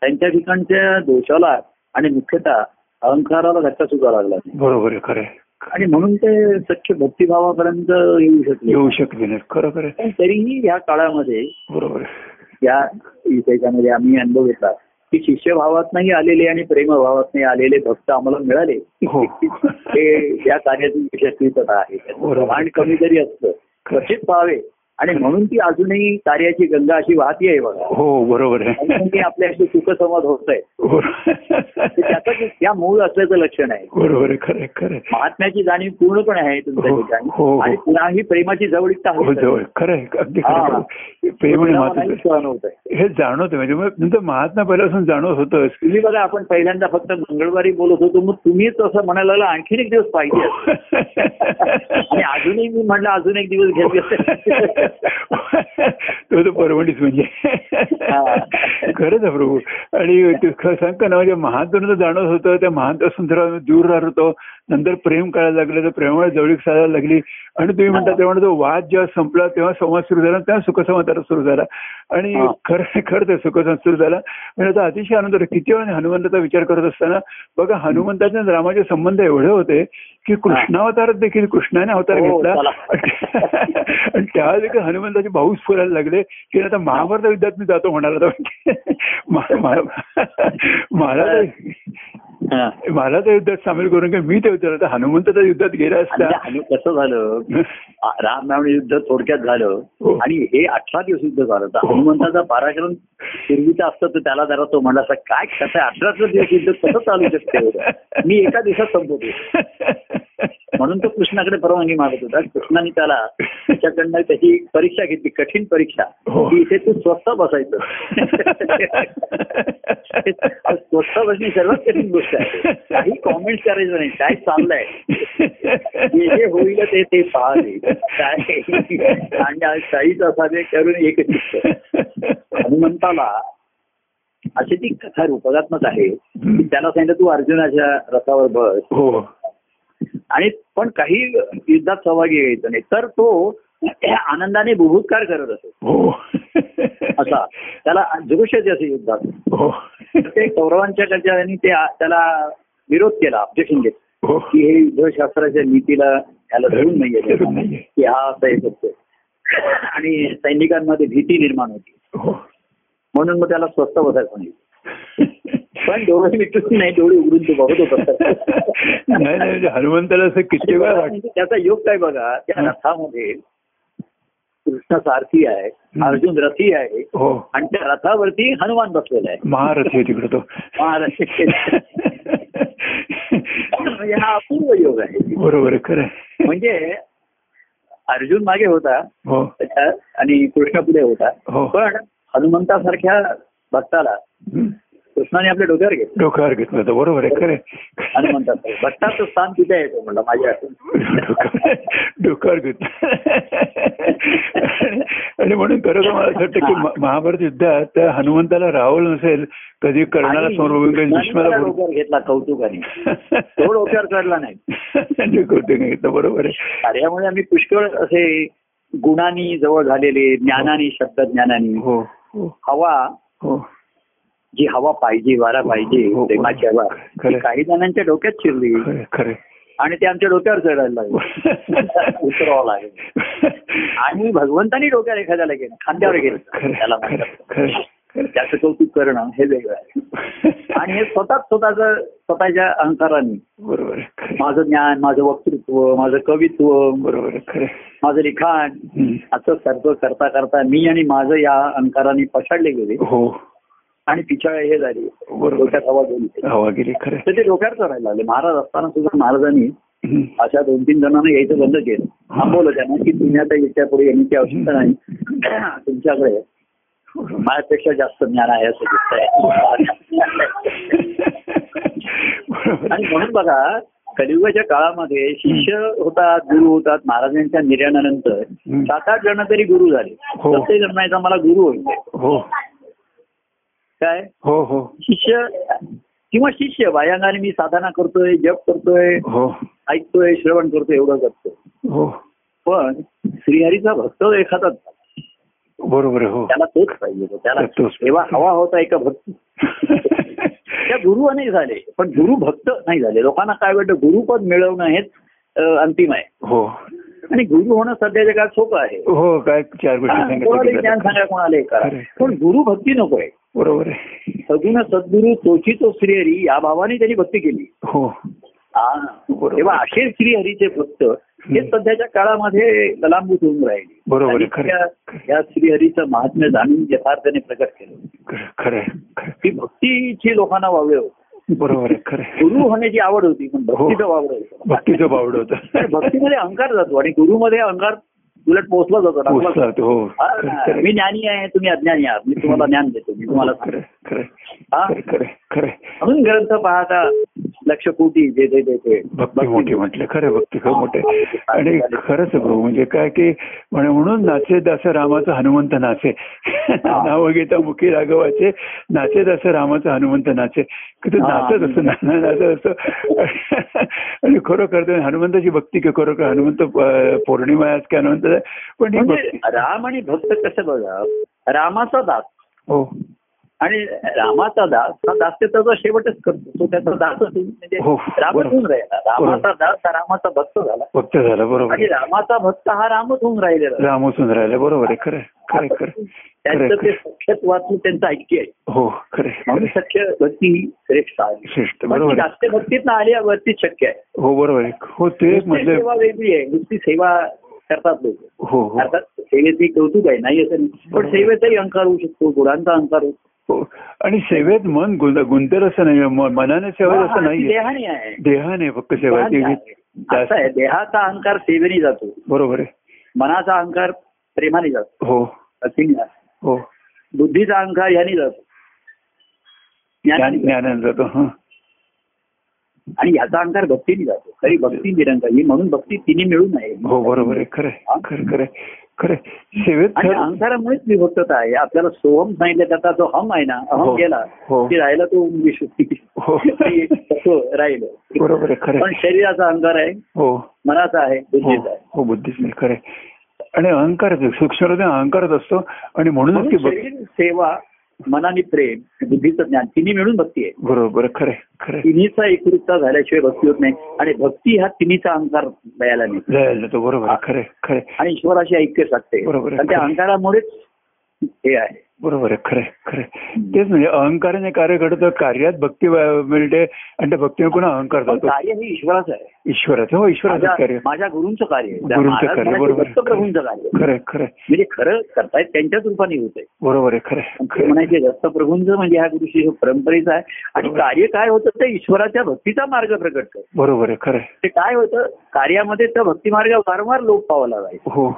Speaker 1: त्यांच्या ठिकाणच्या दोषाला आणि मुख्यतः अहंकाराला धक्का सुद्धा लागला नाही.
Speaker 2: बरोबर आहे खरं आहे.
Speaker 1: आणि म्हणून ते सख्य भक्तिभावापर्यंत येऊ शकले
Speaker 2: येऊ शकले नाही खरं खरं आहे.
Speaker 1: पण तरीही या काळामध्ये
Speaker 2: बरोबर आहे.
Speaker 1: या त्याच्यामध्ये आम्ही अनुभव घेतला की शिष्यभावात नाही आलेले आणि प्रेमभावात नाही आलेले भक्त आम्हाला मिळाले
Speaker 2: हो
Speaker 1: ते या कार्याची यशस्वीता आहे त्याचं
Speaker 2: बरोबर.
Speaker 1: प्रमाण कमी जरी असलं क्वचित पाहावे आणि म्हणून ती अजूनही कार्याची गंगा अशी वाहतीये बघा
Speaker 2: हो बरोबर आहे
Speaker 1: आणि ते आपल्याशी सुखसंवाद होत आहे
Speaker 2: बरोबर
Speaker 1: त्याचं या मूळ असल्याचं लक्षण आहे
Speaker 2: बरोबर आहे खरं आहे, खरं आहे.
Speaker 1: महात्म्याची जाणीव पूर्णपणे आहे तुमच्या
Speaker 2: हो, हो,
Speaker 1: ठिकाणी
Speaker 2: हो.
Speaker 1: आणि पुन्हा ही प्रेमाची जवळीकता
Speaker 2: हो
Speaker 1: हवी.
Speaker 2: जवळ खरं आहे अगदी खरं
Speaker 1: हा.
Speaker 2: आहे. प्रेम आणि
Speaker 1: पुन्हा
Speaker 2: मातृत्व.
Speaker 1: मलाही सहन होत आहे
Speaker 2: हे जाणवतं म्हणजे मग नंतर महात्मा पहिल्यापासून जाणवत होतंच
Speaker 1: तुम्ही बघा आपण पहिल्यांदा फक्त मंगळवारी बोलत होतो मग तुम्हीच असं म्हणायला लागला, आणखीन एक दिवस पाहिजे
Speaker 2: *laughs*
Speaker 1: आणि अजूनही मी म्हणलं अजून एक दिवस घेतली
Speaker 2: *laughs* तो तर परवडीच म्हणजे
Speaker 1: हा.
Speaker 2: खरंच आहे प्रभू आणि ते खरं सांग का ना म्हणजे महांतून जाणवत होतं त्या महांतापासून थोडा दूर राहत होतो नंतर प्रेम करायला लागलं तर प्रेमाला जवळीक साधायला लागली आणि तुम्ही म्हणता
Speaker 1: हा.
Speaker 2: तेव्हा तो वाद जेव्हा संपला तेव्हा संवाद सुरू झाला तेव्हा सुखसंवाद सुरू झाला आणि
Speaker 1: हा.
Speaker 2: खरं खरं तर सुखसंवाद सुरू झाला म्हणजे आता अतिशय आनंद होतो किती वेळा हनुमंताचा विचार करत असताना बघा हनुमंताचे आणि रामाचे संबंध एवढे होते की कृष्णावतारात देखील कृष्णाने अवतार
Speaker 1: हो,
Speaker 2: घेतला
Speaker 1: चला.
Speaker 2: *laughs* आणि त्या देखील हनुमंताचे भाऊस फुलायला लागले की आता महाभारत युद्धात मी जातो म्हणाला होता. *laughs* मा- मा- महाराज
Speaker 1: हा.
Speaker 2: मला त्या युद्धात सामील करून काय मी ते युद्धात आता हनुमंताच्या युद्धात गेला
Speaker 1: आणि
Speaker 2: असता
Speaker 1: ते हनु- कसं झालं आ- रामनाम युद्ध थोडक्यात
Speaker 2: हो.
Speaker 1: झालं आणि हे अठरा दिवस युद्ध झालं तर
Speaker 2: हो.
Speaker 1: हनुमंताचा पराक्रम पूर्वीचा असतं तर त्याला जरा तो म्हणला असा काय कसं अठरा दिवस युद्ध कसं चालू शकते एवढं? मी एका दिवसात संपवतो
Speaker 2: *laughs*
Speaker 1: म्हणून तो कृष्णाकडे परवानगी मागत होता कृष्णाने त्याला त्याच्याकडनं त्याची परीक्षा घेतली कठीण परीक्षा
Speaker 2: हो.
Speaker 1: की इथे तू स्वस्त बसायचं स्वस्त बसणे सर्वात कठीण गोष्ट आहे काही कॉमेंट करायचं नाही काय चाललंय जे जे होईल ते ते पाहावे काय
Speaker 2: *laughs*
Speaker 1: आणि आज काहीच असावे करून एक चित्त. हनुमंताला अशी ती कथा रूपकात्मक आहे की त्याला सांगितलं तू अर्जुनाच्या रथावर बस
Speaker 2: *laughs* हो
Speaker 1: आणि पण काही युद्धात सहभागी व्हायचं नाही तर तो आनंदाने बुभुत्कार करत असे
Speaker 2: हो
Speaker 1: असा त्याला दृश्यते असे युद्धात
Speaker 2: हो
Speaker 1: तर ते कौरवांच्या कर्जाने ते आ- त्याला विरोध केला ऑब्जेक्शन घेत
Speaker 2: हो
Speaker 1: की हे युद्धशास्त्राच्या नीतीला याला धरून
Speaker 2: धरून
Speaker 1: नाहीये
Speaker 2: नाहीये.
Speaker 1: की हा असं हे करतोय आणि सैनिकांमध्ये भीती निर्माण होती
Speaker 2: हो
Speaker 1: म्हणून मग त्याला स्वस्त बसायचं नाही पण डोळे मिटून नाही डोळे उघडून तो बघत होता
Speaker 2: नाही नाही हनुमंताला असं किती वेळा वाटत
Speaker 1: म्हणजे त्याचा योग काय बघा त्या
Speaker 2: हा.
Speaker 1: रथामध्ये कृष्ण सारथी आहे अर्जुन रथी आहे
Speaker 2: हो
Speaker 1: आणि त्या रथावरती हनुमान बसलेला आहे
Speaker 2: महारथी आहे तिकडे तो
Speaker 1: *laughs* म्हणजे हा अपूर्व योग आहे
Speaker 2: बरोबर आहे खरं आहे.
Speaker 1: म्हणजे अर्जुन मागे होता
Speaker 2: हो
Speaker 1: त्याच्या- आणि कृष्ण पुढे होता
Speaker 2: हो
Speaker 1: पण हनुमंतासारख्या भक्ताला
Speaker 2: हं.
Speaker 1: कृष्णाने आपल्या डोक्यावर घेतलं
Speaker 2: डोक्यावर घेतलं होतं बरोबर आहे खरं आहे.
Speaker 1: हनुमंताचं भक्ताचं स्थान तिथे येतो म्हणलं माझ्या
Speaker 2: डोक्यावर डोक्यावर घेतलं आणि म्हणून खरं तर मला असं वाटतं की म- महाभारत युद्धात त्या हनुमंताला राहुल नसेल कधी कर्णाला
Speaker 1: आणि
Speaker 2: समोर बघून कधी
Speaker 1: कृष्णाने
Speaker 2: भीष्माला
Speaker 1: त्याला
Speaker 2: बघून
Speaker 1: डोक्यावर घेतला कौतुकाने तो डोक्यावर चढला नाही
Speaker 2: त्यांनी कौतुक घेतलं बरोबर आहे
Speaker 1: कार्यामुळे आम्ही पुष्कळ असे गुणांनी जवळ झालेले ज्ञानाने शब्द ज्ञानाने
Speaker 2: हो हो
Speaker 1: हवा
Speaker 2: हो
Speaker 1: जी हवा पाहिजे वारा
Speaker 2: हो,
Speaker 1: पाहिजे
Speaker 2: हो.
Speaker 1: प्रेमाची हवा
Speaker 2: खरं.
Speaker 1: ती काही जणांच्या डोक्यात शिरली
Speaker 2: खरे खरे
Speaker 1: आणि ते आमच्या डोक्यावर चढायला
Speaker 2: हो.
Speaker 1: लागले उतरावं लागेल आणि भगवंतानी डोक्यावर एखाद्याला गेलं खांद्यावर गेलं त्याला म्हणतात. त्याचं कौतुक करणं हे वेगळं आहे आणि हे स्वतःच स्वतःच स्वतःच्या अहंकाराने
Speaker 2: बरोबर आहे, खरं.
Speaker 1: माझं ज्ञान माझं वक्तृत्व माझं कवित्व
Speaker 2: बरोबर आहे, खरं.
Speaker 1: माझं लिखाण
Speaker 2: हं.
Speaker 1: असं सर्व करता करता मी आणि माझं या अंकाराने पछाडले गेले
Speaker 2: हो
Speaker 1: आणि पिछाळे हे झाले
Speaker 2: बरोबर
Speaker 1: डोक्यात हवा गेली
Speaker 2: आहे. हवा गेली खरं आहे.
Speaker 1: तर ते डोक्यावर चढायला लागले महाराज असताना सुद्धा महाराजांनी
Speaker 2: हं.
Speaker 1: अशा दोन तीन जणांना यायचं बंद केलं थांबवलं त्यांना की तुम्ही आता याच्या पुढे येण्याची आवश्यकता नाही *clears throat* तुमच्याकडे
Speaker 2: बरोबर.
Speaker 1: माझ्यापेक्षा जास्त ज्ञान आहे असं दिसतंय
Speaker 2: बरोबर
Speaker 1: आणि
Speaker 2: आहे.
Speaker 1: म्हणून बघा कलियुगाच्या काळामध्ये शिष्य होतात गुरु होतात महाराजांच्या निर्याणानंतर
Speaker 2: हं.
Speaker 1: सात आठ जण तरी गुरु झाले
Speaker 2: हो.
Speaker 1: प्रत्येक जणांचा मला गुरु होईल
Speaker 2: हो
Speaker 1: काय
Speaker 2: हो हो
Speaker 1: शिष्य किंवा शिष्य बायांगाने मी साधना करतोय जप करतोय
Speaker 2: हो
Speaker 1: ऐकतोय श्रवण करतोय एवढं करतोय
Speaker 2: हो
Speaker 1: पण श्रीहरीचा भक्त एखादा
Speaker 2: बरोबर आहे, हो
Speaker 1: त्याला तोच पाहिजे तो. त्याला
Speaker 2: तोच.
Speaker 1: तेव्हा हवा होता एका भक्त त्या गुरु अनेक झाले पण गुरु भक्त नाही झाले लोकांना काय वाटतं गुरुपद मिळवणं हेच अं, अंतिम आहे
Speaker 2: हो
Speaker 1: आणि गुरु होणं सध्याच्या काळात सोपं आहे
Speaker 2: हो काय चार गोष्टी
Speaker 1: हा, कोणालाही ज्ञान
Speaker 2: सांगितलं
Speaker 1: सांगा कोणालाही करा
Speaker 2: खरंय.
Speaker 1: पण गुरु भक्ती नको आहे
Speaker 2: बरोबर आहे
Speaker 1: सगुण सद्गुरु तोची तो श्रीहरी या भावाने त्यांनी भक्ती केली
Speaker 2: हो
Speaker 1: हा.
Speaker 2: बरोबर.
Speaker 1: तेव्हा असे श्रीहरीचे भक्त हे सध्याच्या काळामध्ये कलांभूत होऊन राहिले
Speaker 2: बरोबर आहे,
Speaker 1: आणि
Speaker 2: खरं.
Speaker 1: त्या- या श्रीहरीचं महात्म्य जाणून यथार्थाने प्रकट केलं
Speaker 2: खरं- खरं आहे, खरं
Speaker 1: ती भक्तीची लोकांना वावळे होती
Speaker 2: आहे. बरोबर आहे खरं आहे.
Speaker 1: गुरु होण्याची आवड होती पण भक्तीचं वावळ होतं
Speaker 2: हो. भक्तीचं बावड होतं
Speaker 1: तर भक्तीमध्ये अहंकार जातो आणि गुरुमध्ये अहंकार उलट पोहोचला जातो टाकला जातो.
Speaker 2: पोचतात हो
Speaker 1: हा,
Speaker 2: खरं- खरं आहे.
Speaker 1: मी ज्ञानी आहे तुम्ही अज्ञानी आहात मी तुम्हाला ज्ञान देतो मी तुम्हाला सांगतो.
Speaker 2: खरं- खरं आहे.
Speaker 1: हा?
Speaker 2: खरं- खरं आहे, खरं आहे.
Speaker 1: म्हणून ग्रंथ पाहता लक्ष कोटी जे जे जे जे.
Speaker 2: भक्ती मोठी म्हटलं खरं भक्ती खूप मोठे आणि खरंच भाऊ म्हणजे काय की म्हणे म्हणून नाचे दास रामाचं हनुमंत नाचे नाव घेता मुखी राघवाचे नाचे दास रामाचं हनुमंत नाचे की ते
Speaker 1: हा.
Speaker 2: नाचत असतो ना- ना- नाचत असतो आणि खरोखर ते हनुमंताची भक्ती की खरोखर हनुमंत अं, पौर्णिमा आहे आज की हनुमंत पण ही
Speaker 1: म्हणजे
Speaker 2: भक्ती-
Speaker 1: राम आणि भक्त कसं बघा रामाचा दास
Speaker 2: हो
Speaker 1: आणि रामाचा दास हा दास ते त्याचा शेवटच करतो तो त्याचा दासच होईल. म्हणजे
Speaker 2: हो,
Speaker 1: रामच
Speaker 2: बरोबर.
Speaker 1: होऊन राहिला रामाचा
Speaker 2: बरोबर.
Speaker 1: दास हा रामाचा भक्त झाला
Speaker 2: भक्त झाला बरोबर
Speaker 1: आणि रामाचा भक्त हा रामच होऊन राहिलेला
Speaker 2: रामोसून राहिला बरोबर आहे खरं आहे, खरं आहे, खरं आहे.
Speaker 1: त्यांचं ते सख्यत वाचून त्यांचं ऐक्य आहे
Speaker 2: हो खरं आहे, खरं
Speaker 1: म्हणून
Speaker 2: आहे.
Speaker 1: सख्य भक्ती ही श्रेष्ठ आहे
Speaker 2: श्रेष्ठ
Speaker 1: पण ती
Speaker 2: बरोबर आहे.
Speaker 1: म्हणजे जास्त भक्तीत ना आली वरती शक्य आहे
Speaker 2: हो बरोबर आहे हो ते एक
Speaker 1: नुसती
Speaker 2: म्हणजे
Speaker 1: सेवा वेगळी आहे नुसती सेवा करतात लोक
Speaker 2: हो हो
Speaker 1: अर्थात सेवेचे कौतुक आहे नाही असं नाही पण सेवेचाही अंकार होऊ शकतो गुणांचा अंकार होऊ शकतो.
Speaker 2: हो आणि सेवेत मन गुं- गुंतर असं नाही म- मनाने सेवा
Speaker 1: हा,
Speaker 2: असं नाहीये
Speaker 1: देहाने आहे
Speaker 2: देहाने फक्त सेवा
Speaker 1: देहाने आहे. असं आहे देहाचा अहंकार सेवेने जातो
Speaker 2: बरोबर आहे
Speaker 1: मनाचा अहंकार प्रेमाने जातो
Speaker 2: हो
Speaker 1: असीम आहे.
Speaker 2: हो
Speaker 1: बुद्धीचा अहंकार याने जातो
Speaker 2: ज्ञान
Speaker 1: ज्ञानाने जातो.
Speaker 2: ज्ञानाने जातो हं.
Speaker 1: आणि याचा अहंकार भक्तीने जातो खरी भक्ती निरंकार ही म्हणून भक्ती तिने मिळून आहे
Speaker 2: हो बरोबर आहे खरं
Speaker 1: हा.
Speaker 2: आहे. खरं खरं आहे. खरं आहे. सेवेत
Speaker 1: आणि
Speaker 2: खरं-
Speaker 1: अहंकारामुळेच विभक्तता आहे आपल्याला सोहम सांगितलं त्याचा जो हम आहे ना अहम
Speaker 2: हो.
Speaker 1: गेला
Speaker 2: हो.
Speaker 1: की राहिला तो विश्व
Speaker 2: हो
Speaker 1: *laughs* ते तत्व राहिलं
Speaker 2: बरोबर आहे खरं
Speaker 1: पण
Speaker 2: आहे.
Speaker 1: शरीराचा अहंकार आहे
Speaker 2: हो
Speaker 1: मनाचा आहे
Speaker 2: हो
Speaker 1: बुद्धीचा आहे
Speaker 2: हो बुद्धिस्ट नाही खरं आहे. आणि अहंकार सूक्ष्म अहंकारच असतो आणि म्हणूनच की
Speaker 1: म्हणून
Speaker 2: भक्ती-
Speaker 1: शरीर सेवा मनाने प्रेम बुद्धीचं ज्ञान तिन्ही मिळून भक्ती आहे
Speaker 2: बरोबर आहे. खरं आहे. खरं आहे.
Speaker 1: तिन्हीचा एकरूपता झाल्याशिवाय भक्ती होत नाही आणि भक्ती हा तिन्हीचा अहंकार द्यायला नाही
Speaker 2: जायला जातो बरोबर आहे. खरं आहे. खरं आहे.
Speaker 1: आणि ईश्वराशी ऐक्य साधते
Speaker 2: बरोबर आहे.
Speaker 1: आणि त्या अहंकारामुळेच हे आहे
Speaker 2: बरोबर आहे खरंय खरंय तेच म्हणजे अहंकाराने कार्य घडतं कार्यात भक्ती अं, मिळते आणि त्या भक्तीने पुन्हा अहंकार
Speaker 1: पण
Speaker 2: जातो
Speaker 1: कार्य हे ईश्वराचं आहे
Speaker 2: ईश्वराचं हो ईश्वराचं कार्य
Speaker 1: हो, माझ्या- माझ्या गुरूंचं कार्य आहे. त्या
Speaker 2: गुरुंचं
Speaker 1: महाराज
Speaker 2: कार्य
Speaker 1: म्हणायचे
Speaker 2: बरोबर
Speaker 1: दत्तप्रभूंचं कार्य
Speaker 2: खरंय खरंय
Speaker 1: म्हणजे खरं करतायत त्यांच्याच रूपाने होत आहे
Speaker 2: बरोबर आहे खरंय
Speaker 1: ते
Speaker 2: खरंय
Speaker 1: म्हणायचे दत्तप्रभूंचं म्हणजे ह्या गुरुशी परंपरेचा आहे आणि
Speaker 2: बरोबर.
Speaker 1: कार्य काय होतं ते ईश्वराच्या भक्तीचा मार्ग प्रकट करतो
Speaker 2: बरोबर आहे खरंय
Speaker 1: ते काय होतं कार्यामध्ये त्या भक्तिमार्ग वारंवार लोप पावला जायचा
Speaker 2: हो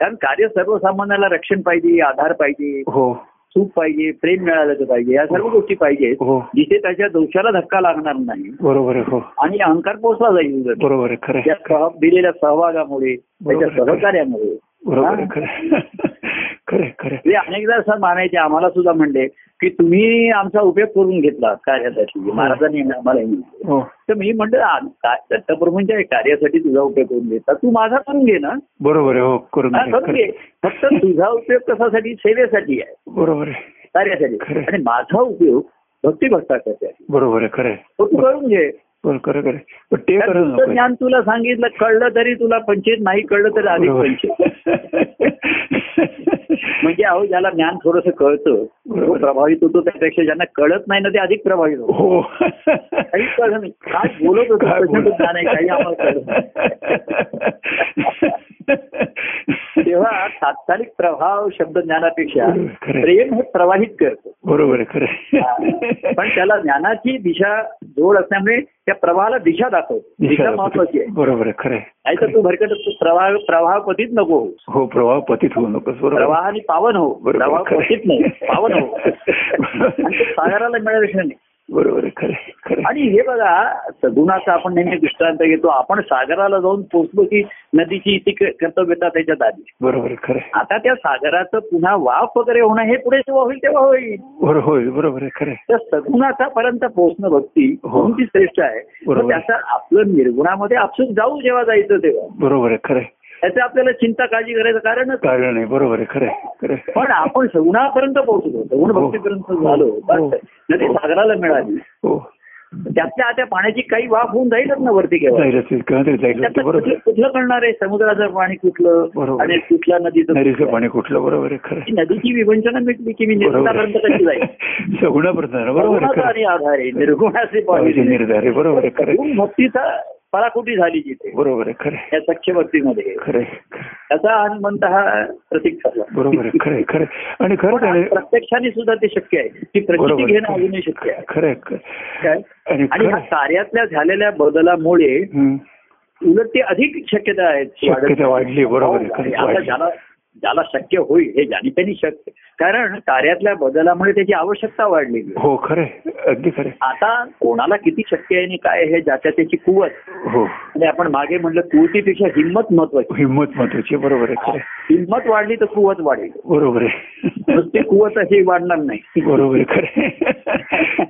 Speaker 1: कारण कार्य सर्वसामान्याला रक्षण पाहिजे आधार पाहिजे
Speaker 2: हो
Speaker 1: सुख पाहिजे प्रेम मिळालं तर पाहिजे या सर्व गोष्टी पाहिजे
Speaker 2: हो
Speaker 1: जिथे त्याच्या दोषाला धक्का लागणार नाही
Speaker 2: बरोबर आहे हो
Speaker 1: आणि अहंकार पोचला जाईल उलट.
Speaker 2: बरोबर आहे खरंय
Speaker 1: त्या सह- दिलेल्या सहभागामुळे त्याच्या
Speaker 2: बरोबर.
Speaker 1: सहकार्यामुळे
Speaker 2: बरोबर आहे
Speaker 1: हा.
Speaker 2: खरंय *laughs* खरंय खरंय
Speaker 1: ते अनेकदा असं मानायचे आम्हाला सुद्धा म्हणले की तुम्ही आमचा उपयोग करून घेतला कार्यासाठी महाराजांनी आम्हाला हे म्हणलं.
Speaker 2: हो
Speaker 1: तर मी म्हणलं आ- का- दत्तप्रभूंच्या कार्यासाठी तुझा उपयोग करून घेतला तू माझा करून घे ना
Speaker 2: बरोबर आहे हो करून
Speaker 1: हा,
Speaker 2: घे,
Speaker 1: करून
Speaker 2: खरंय.
Speaker 1: घे फक्त तुझा उपयोग कशासाठी सेवेसाठी आहे
Speaker 2: बरोबर आहे
Speaker 1: कार्यासाठी
Speaker 2: खरंय.
Speaker 1: आणि माझा उपयोग भक्तिभक्तासाठी आहे
Speaker 2: बरोबर आहे खरंय
Speaker 1: तो तू करून घे
Speaker 2: बरं खरं खरं पण ते
Speaker 1: कारण
Speaker 2: करत
Speaker 1: तुझं
Speaker 2: नको
Speaker 1: ज्ञान तुला सांगितलं कळलं तरी तुला पंचेत नाही कळलं तरी अधिक पंचेत
Speaker 2: *laughs*
Speaker 1: म्हणजे अहो ज्याला ज्ञान थोडस कळतं तो
Speaker 2: बरोबर.
Speaker 1: प्रभावित होतो त्यापेक्षा ज्यांना कळत नाही ना ते अधिक प्रभावित होतो
Speaker 2: हो
Speaker 1: काही कळलं नाही काय बोलत होतो
Speaker 2: काय
Speaker 1: प्रश्न
Speaker 2: बोलत?
Speaker 1: तो ज्ञान आहे, काही आम्हाला कळलं नाही. तेव्हा तात्कालिक प्रभाव शब्द ज्ञानापेक्षा
Speaker 2: हो. बरोबर, खरं.
Speaker 1: प्रेम हे प्रवाहित
Speaker 2: *laughs*
Speaker 1: करतो
Speaker 2: बरोबर आहे खरं
Speaker 1: पण त्याला ज्ञानाची दिशा जोड असल्यामुळे त्या प्रवाहाला दिशा दाखवतो दिशा महत्वाची आहे
Speaker 2: बरोबर आहे खरं आहे.
Speaker 1: नाही तर तू भरकट असतो. प्रवाह प्रवाह पतीत नको होऊस.
Speaker 2: हो प्रवाह पतित होऊ नकोस बरोबर आहे.
Speaker 1: प्रवाहाने पावन हो
Speaker 2: बरोबर,
Speaker 1: प्रवाह
Speaker 2: खरं.
Speaker 1: पतीत नाही पावन हो आणि ते सागराला मिळाल्याशिवाय नाही
Speaker 2: बरोबर आहे खरं आहे, खरं आहे.
Speaker 1: आणि हे बघा सगुणाचा आपण नेहमी दृष्टांत घेतो आपण सागराला जाऊन पोचलो की नदीची इथे क- कर्तव्यता त्याच्यात आली
Speaker 2: बरोबर आहे खरं आहे.
Speaker 1: आता त्या सागराचं पुन्हा वाफ वगैरे होणं हे पुढे जेव्हा होईल तेव्हा होईल
Speaker 2: बरो- होय बरोबर आहे खरं आहे.
Speaker 1: तर सगुणाचा पर्यंत पोहोचणं भक्ती
Speaker 2: हो.
Speaker 1: म्हणून ती श्रेष्ठ आहे
Speaker 2: बरोबर.
Speaker 1: पण त्याचा आपलं निर्गुणामध्ये आपसूक जाऊ जेव्हा जायचं तेव्हा
Speaker 2: बरोबर आहे खरं आहे.
Speaker 1: त्याचं आपल्याला चिंता काळजी करायचं कारणच नाही.
Speaker 2: कारण आहे बरोबर आहे खरं आहे, खरं आहे.
Speaker 1: पण आपण सगुणापर्यंत पोहोचलो सगुण
Speaker 2: हो.
Speaker 1: भक्तीपर्यंत झालो
Speaker 2: हो.
Speaker 1: बस. नदी सागराला मिळाली
Speaker 2: हो
Speaker 1: त्यातल्या आता पाण्याची काही वाफ होऊन जाईलच ना वरती केव्हा
Speaker 2: जाईल असेल केव्हा तरी जाईल
Speaker 1: त्याचं
Speaker 2: होतं, म्हणजे बरोबर
Speaker 1: कुठलं- कुठलं कळणार आहे समुद्राचं पाणी कुठलं
Speaker 2: बरोबर.
Speaker 1: आणि कुठल्या नदीचं
Speaker 2: नदीचं
Speaker 1: कुठलं?
Speaker 2: पाणी कुठलं बरोबर आहे खरं
Speaker 1: ती नदीची विभंचना मिटली की मी
Speaker 2: आहे. बरोबर
Speaker 1: निर्गुणापर्यंत कशी जाईल
Speaker 2: आहे. सगुणापर्यंत *laughs* बरोबर आहे
Speaker 1: निर्गुणाचा
Speaker 2: खरं आहे.
Speaker 1: आणि आधार आहे निर्गुणाचे
Speaker 2: पाहिजे
Speaker 1: पाहिजे
Speaker 2: निर्धार आहे बरोबर आहे खरं आहे.
Speaker 1: सगुण भक्तीचा पराकोटी झाली जिथे
Speaker 2: बरोबर आहे खरं आहे.
Speaker 1: या सख्य भक्तीमध्ये
Speaker 2: खरं आहे, खरं आहे.
Speaker 1: त्याचा हनुमंत हा प्रतीक ठरला
Speaker 2: बरोबर आहे खरं आहे, खरं आहे. आणि खरं
Speaker 1: पण
Speaker 2: आहे
Speaker 1: आज प्रत्यक्षाने सुद्धा ते शक्य आहे ती प्रचिती
Speaker 2: बरोबर
Speaker 1: घेणं
Speaker 2: आहे.
Speaker 1: अजूनही शक्य आहे
Speaker 2: खरं आहे, खरं आहे.
Speaker 1: काय
Speaker 2: आणि
Speaker 1: आणि
Speaker 2: खरं
Speaker 1: ह्या
Speaker 2: आहे.
Speaker 1: कार्यातल्या झालेल्या बदलामुळे
Speaker 2: हम्म.
Speaker 1: उलट ते अधिक शक्यता आहेत हो,
Speaker 2: शक्यता वाढली, बरोबर आहे.
Speaker 1: आणि
Speaker 2: खरंच
Speaker 1: आता
Speaker 2: वाढली.
Speaker 1: ज्याला ज्याला शक्य होईल हे ज्याने त्यांनी शक्य कारण कार्यातल्या बदलामुळे त्याची आवश्यकता वाढलेली आहे.
Speaker 2: हो खरं आहे. अगदी खरं आहे.
Speaker 1: आता कोणाला किती शक्य आहे आणि काय हे ज्याच्या त्याची कुवत
Speaker 2: हो
Speaker 1: आणि आपण मागे म्हणलं कुवतीपेक्षा हिंमत महत्वाची
Speaker 2: हिंमत महत्वाची आहे. बरोबर आहे खरं आहे.
Speaker 1: हिंमत वाढली तर कुवत वाढेल
Speaker 2: बरोबर आहे
Speaker 1: नुसती कुवत अशी वाढणार नाही
Speaker 2: बरोबर आहे खरं आहे.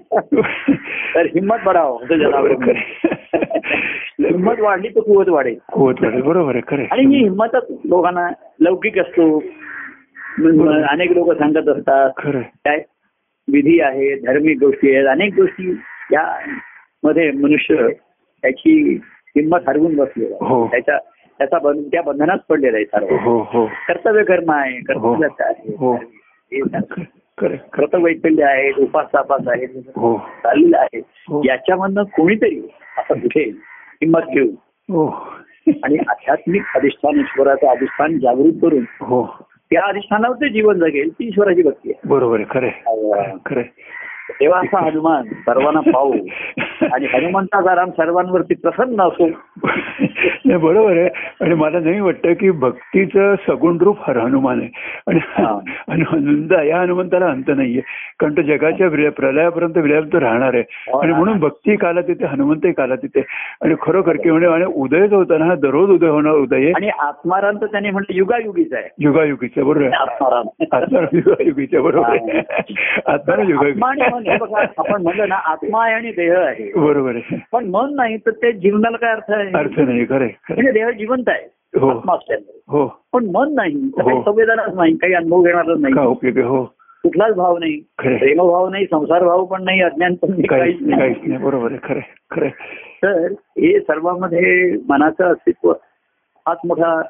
Speaker 1: तर हिंमत बढावं असं ज्याला
Speaker 2: बरोबर
Speaker 1: आपण
Speaker 2: आहे, खरं
Speaker 1: म्हणतो.
Speaker 2: आहे.
Speaker 1: हिंमत वाढली तर कुवत वाढेल
Speaker 2: कुवत वाढेल बरोबर आहे खरं आहे.
Speaker 1: आणि ही हिंमतच लोकांना लौकिक असतो
Speaker 2: बरोबर.
Speaker 1: अनेक लोक सांगत असतात
Speaker 2: खरं आहे.
Speaker 1: काय विधी आहे धार्मिक गोष्टी आहेत अनेक गोष्टी या मध्ये मनुष्य त्याची हिंमत हरवून बसलेला
Speaker 2: हो.
Speaker 1: आहे. त्याच्या त्याचा बंध त्या बंधनात पडलेला आहे सर्व
Speaker 2: हो हो
Speaker 1: कर्तव्य कर्म आहे
Speaker 2: हो
Speaker 1: कर्तव्य आहे
Speaker 2: हो
Speaker 1: हे सर्व.
Speaker 2: खरं आहे.
Speaker 1: व्रतवैकल्य आहेत उपासापास आहेत
Speaker 2: हो
Speaker 1: चाललेलं आहे
Speaker 2: हो.
Speaker 1: याच्यामधनं कोणीतरी असं कुठे हिंमत घेऊन
Speaker 2: हो
Speaker 1: आणि आध्यात्मिक अधिष्ठान ईश्वराचं अधिष्ठान जागृत करून
Speaker 2: हो
Speaker 1: त्या अधिष्ठानावर ते जीवन जगेल ती ईश्वराची भक्ती
Speaker 2: बरोबर आहे खरं आहे.
Speaker 1: आहे
Speaker 2: खरं आहे.
Speaker 1: तेव्हा असा हनुमान सर्वांना पाहू आणि हनुमंताचा राम सर्वांवरती प्रसन्न असो
Speaker 2: नाही बरोबर आहे आणि मला नाही वाटतं की भक्तीचं सगुण रूप हर हनुमान आहे आणि
Speaker 1: हा.
Speaker 2: हनु- हनुमंता या हनुमंताला अंत नाहीये कारण तो जगाच्या विलय- प्रलयापर्यंत विलयापर्यंत राहणार आहे
Speaker 1: हो
Speaker 2: आणि
Speaker 1: ना.
Speaker 2: म्हणून भक्ती काला तिथे हनुमंतही काला तिथे आणि खरोखर की म्हणजे आणि उदय जो होता ना हा दररोज उदय होणार उदय आहे
Speaker 1: आणि आत्माराम तर त्याने म्हटलं युगायुगीचा आहे
Speaker 2: युगायुगीचं बरोबर आहे
Speaker 1: आत्माराम
Speaker 2: आत्मा युगायुगीचं बरोबर आहे आत्मा
Speaker 1: आत्मा आणि मन म्हणजे हे बघा, आपण
Speaker 2: युगायुगी
Speaker 1: म्हणलं ना आत्मा आहे आणि देह आहे
Speaker 2: बरोबर आहे
Speaker 1: पण मन नाही तर ते जीवनाला काय अर्थ आहे
Speaker 2: अर्थ नाही खरं आहे, खरं आहे.
Speaker 1: म्हणजे देह जिवंत आहे
Speaker 2: हो.
Speaker 1: आत्मा असल्यामुळे
Speaker 2: हो
Speaker 1: पण मन नाही तर काही
Speaker 2: हो.
Speaker 1: संवेदनाच नाही काही अनुभव घेणारच
Speaker 2: का
Speaker 1: नाही
Speaker 2: उपयोग आहे? हो
Speaker 1: कुठलाच भाव नाही
Speaker 2: खरं आहे.
Speaker 1: प्रेमभाव नाही संसार भाव पण नाही अज्ञान पण नाही
Speaker 2: काहीच
Speaker 1: काहीच
Speaker 2: नाही काहीच
Speaker 1: नाही
Speaker 2: नाही बरोबर आहे खरं आहे, खरं आहे.
Speaker 1: तर हे सर्वांमध्ये मनाचं अस्तित्व हाच मोठा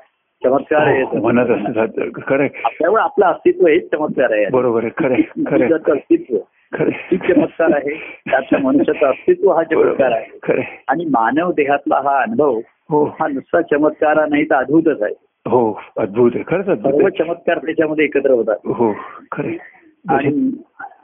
Speaker 1: चमत्कार आहे
Speaker 2: हो, मनात असतं खरं आहे.
Speaker 1: त्यामुळे आपलं अस्तित्व हेच चमत्कार आहे
Speaker 2: बरोबर आहे
Speaker 1: *laughs*
Speaker 2: खरं आहे, खरं आहे,
Speaker 1: मनुष्याचं अस्तित्व
Speaker 2: खरं
Speaker 1: ही चमत्कार आहे
Speaker 2: *laughs*
Speaker 1: त्यातलं मनुष्याचं अस्तित्व हा चमत्कार आहे
Speaker 2: खरं आहे.
Speaker 1: आणि मानव देहातला हा अनुभव
Speaker 2: हो
Speaker 1: हा नुसता चमत्कार नाही तर अद्भुतच आहे
Speaker 2: हो अद्भुत आहे खरंच अद्भुत
Speaker 1: सर्व
Speaker 2: आहे
Speaker 1: चमत्कार त्याच्यामध्ये एकत्र होतात
Speaker 2: हो खरे
Speaker 1: आणि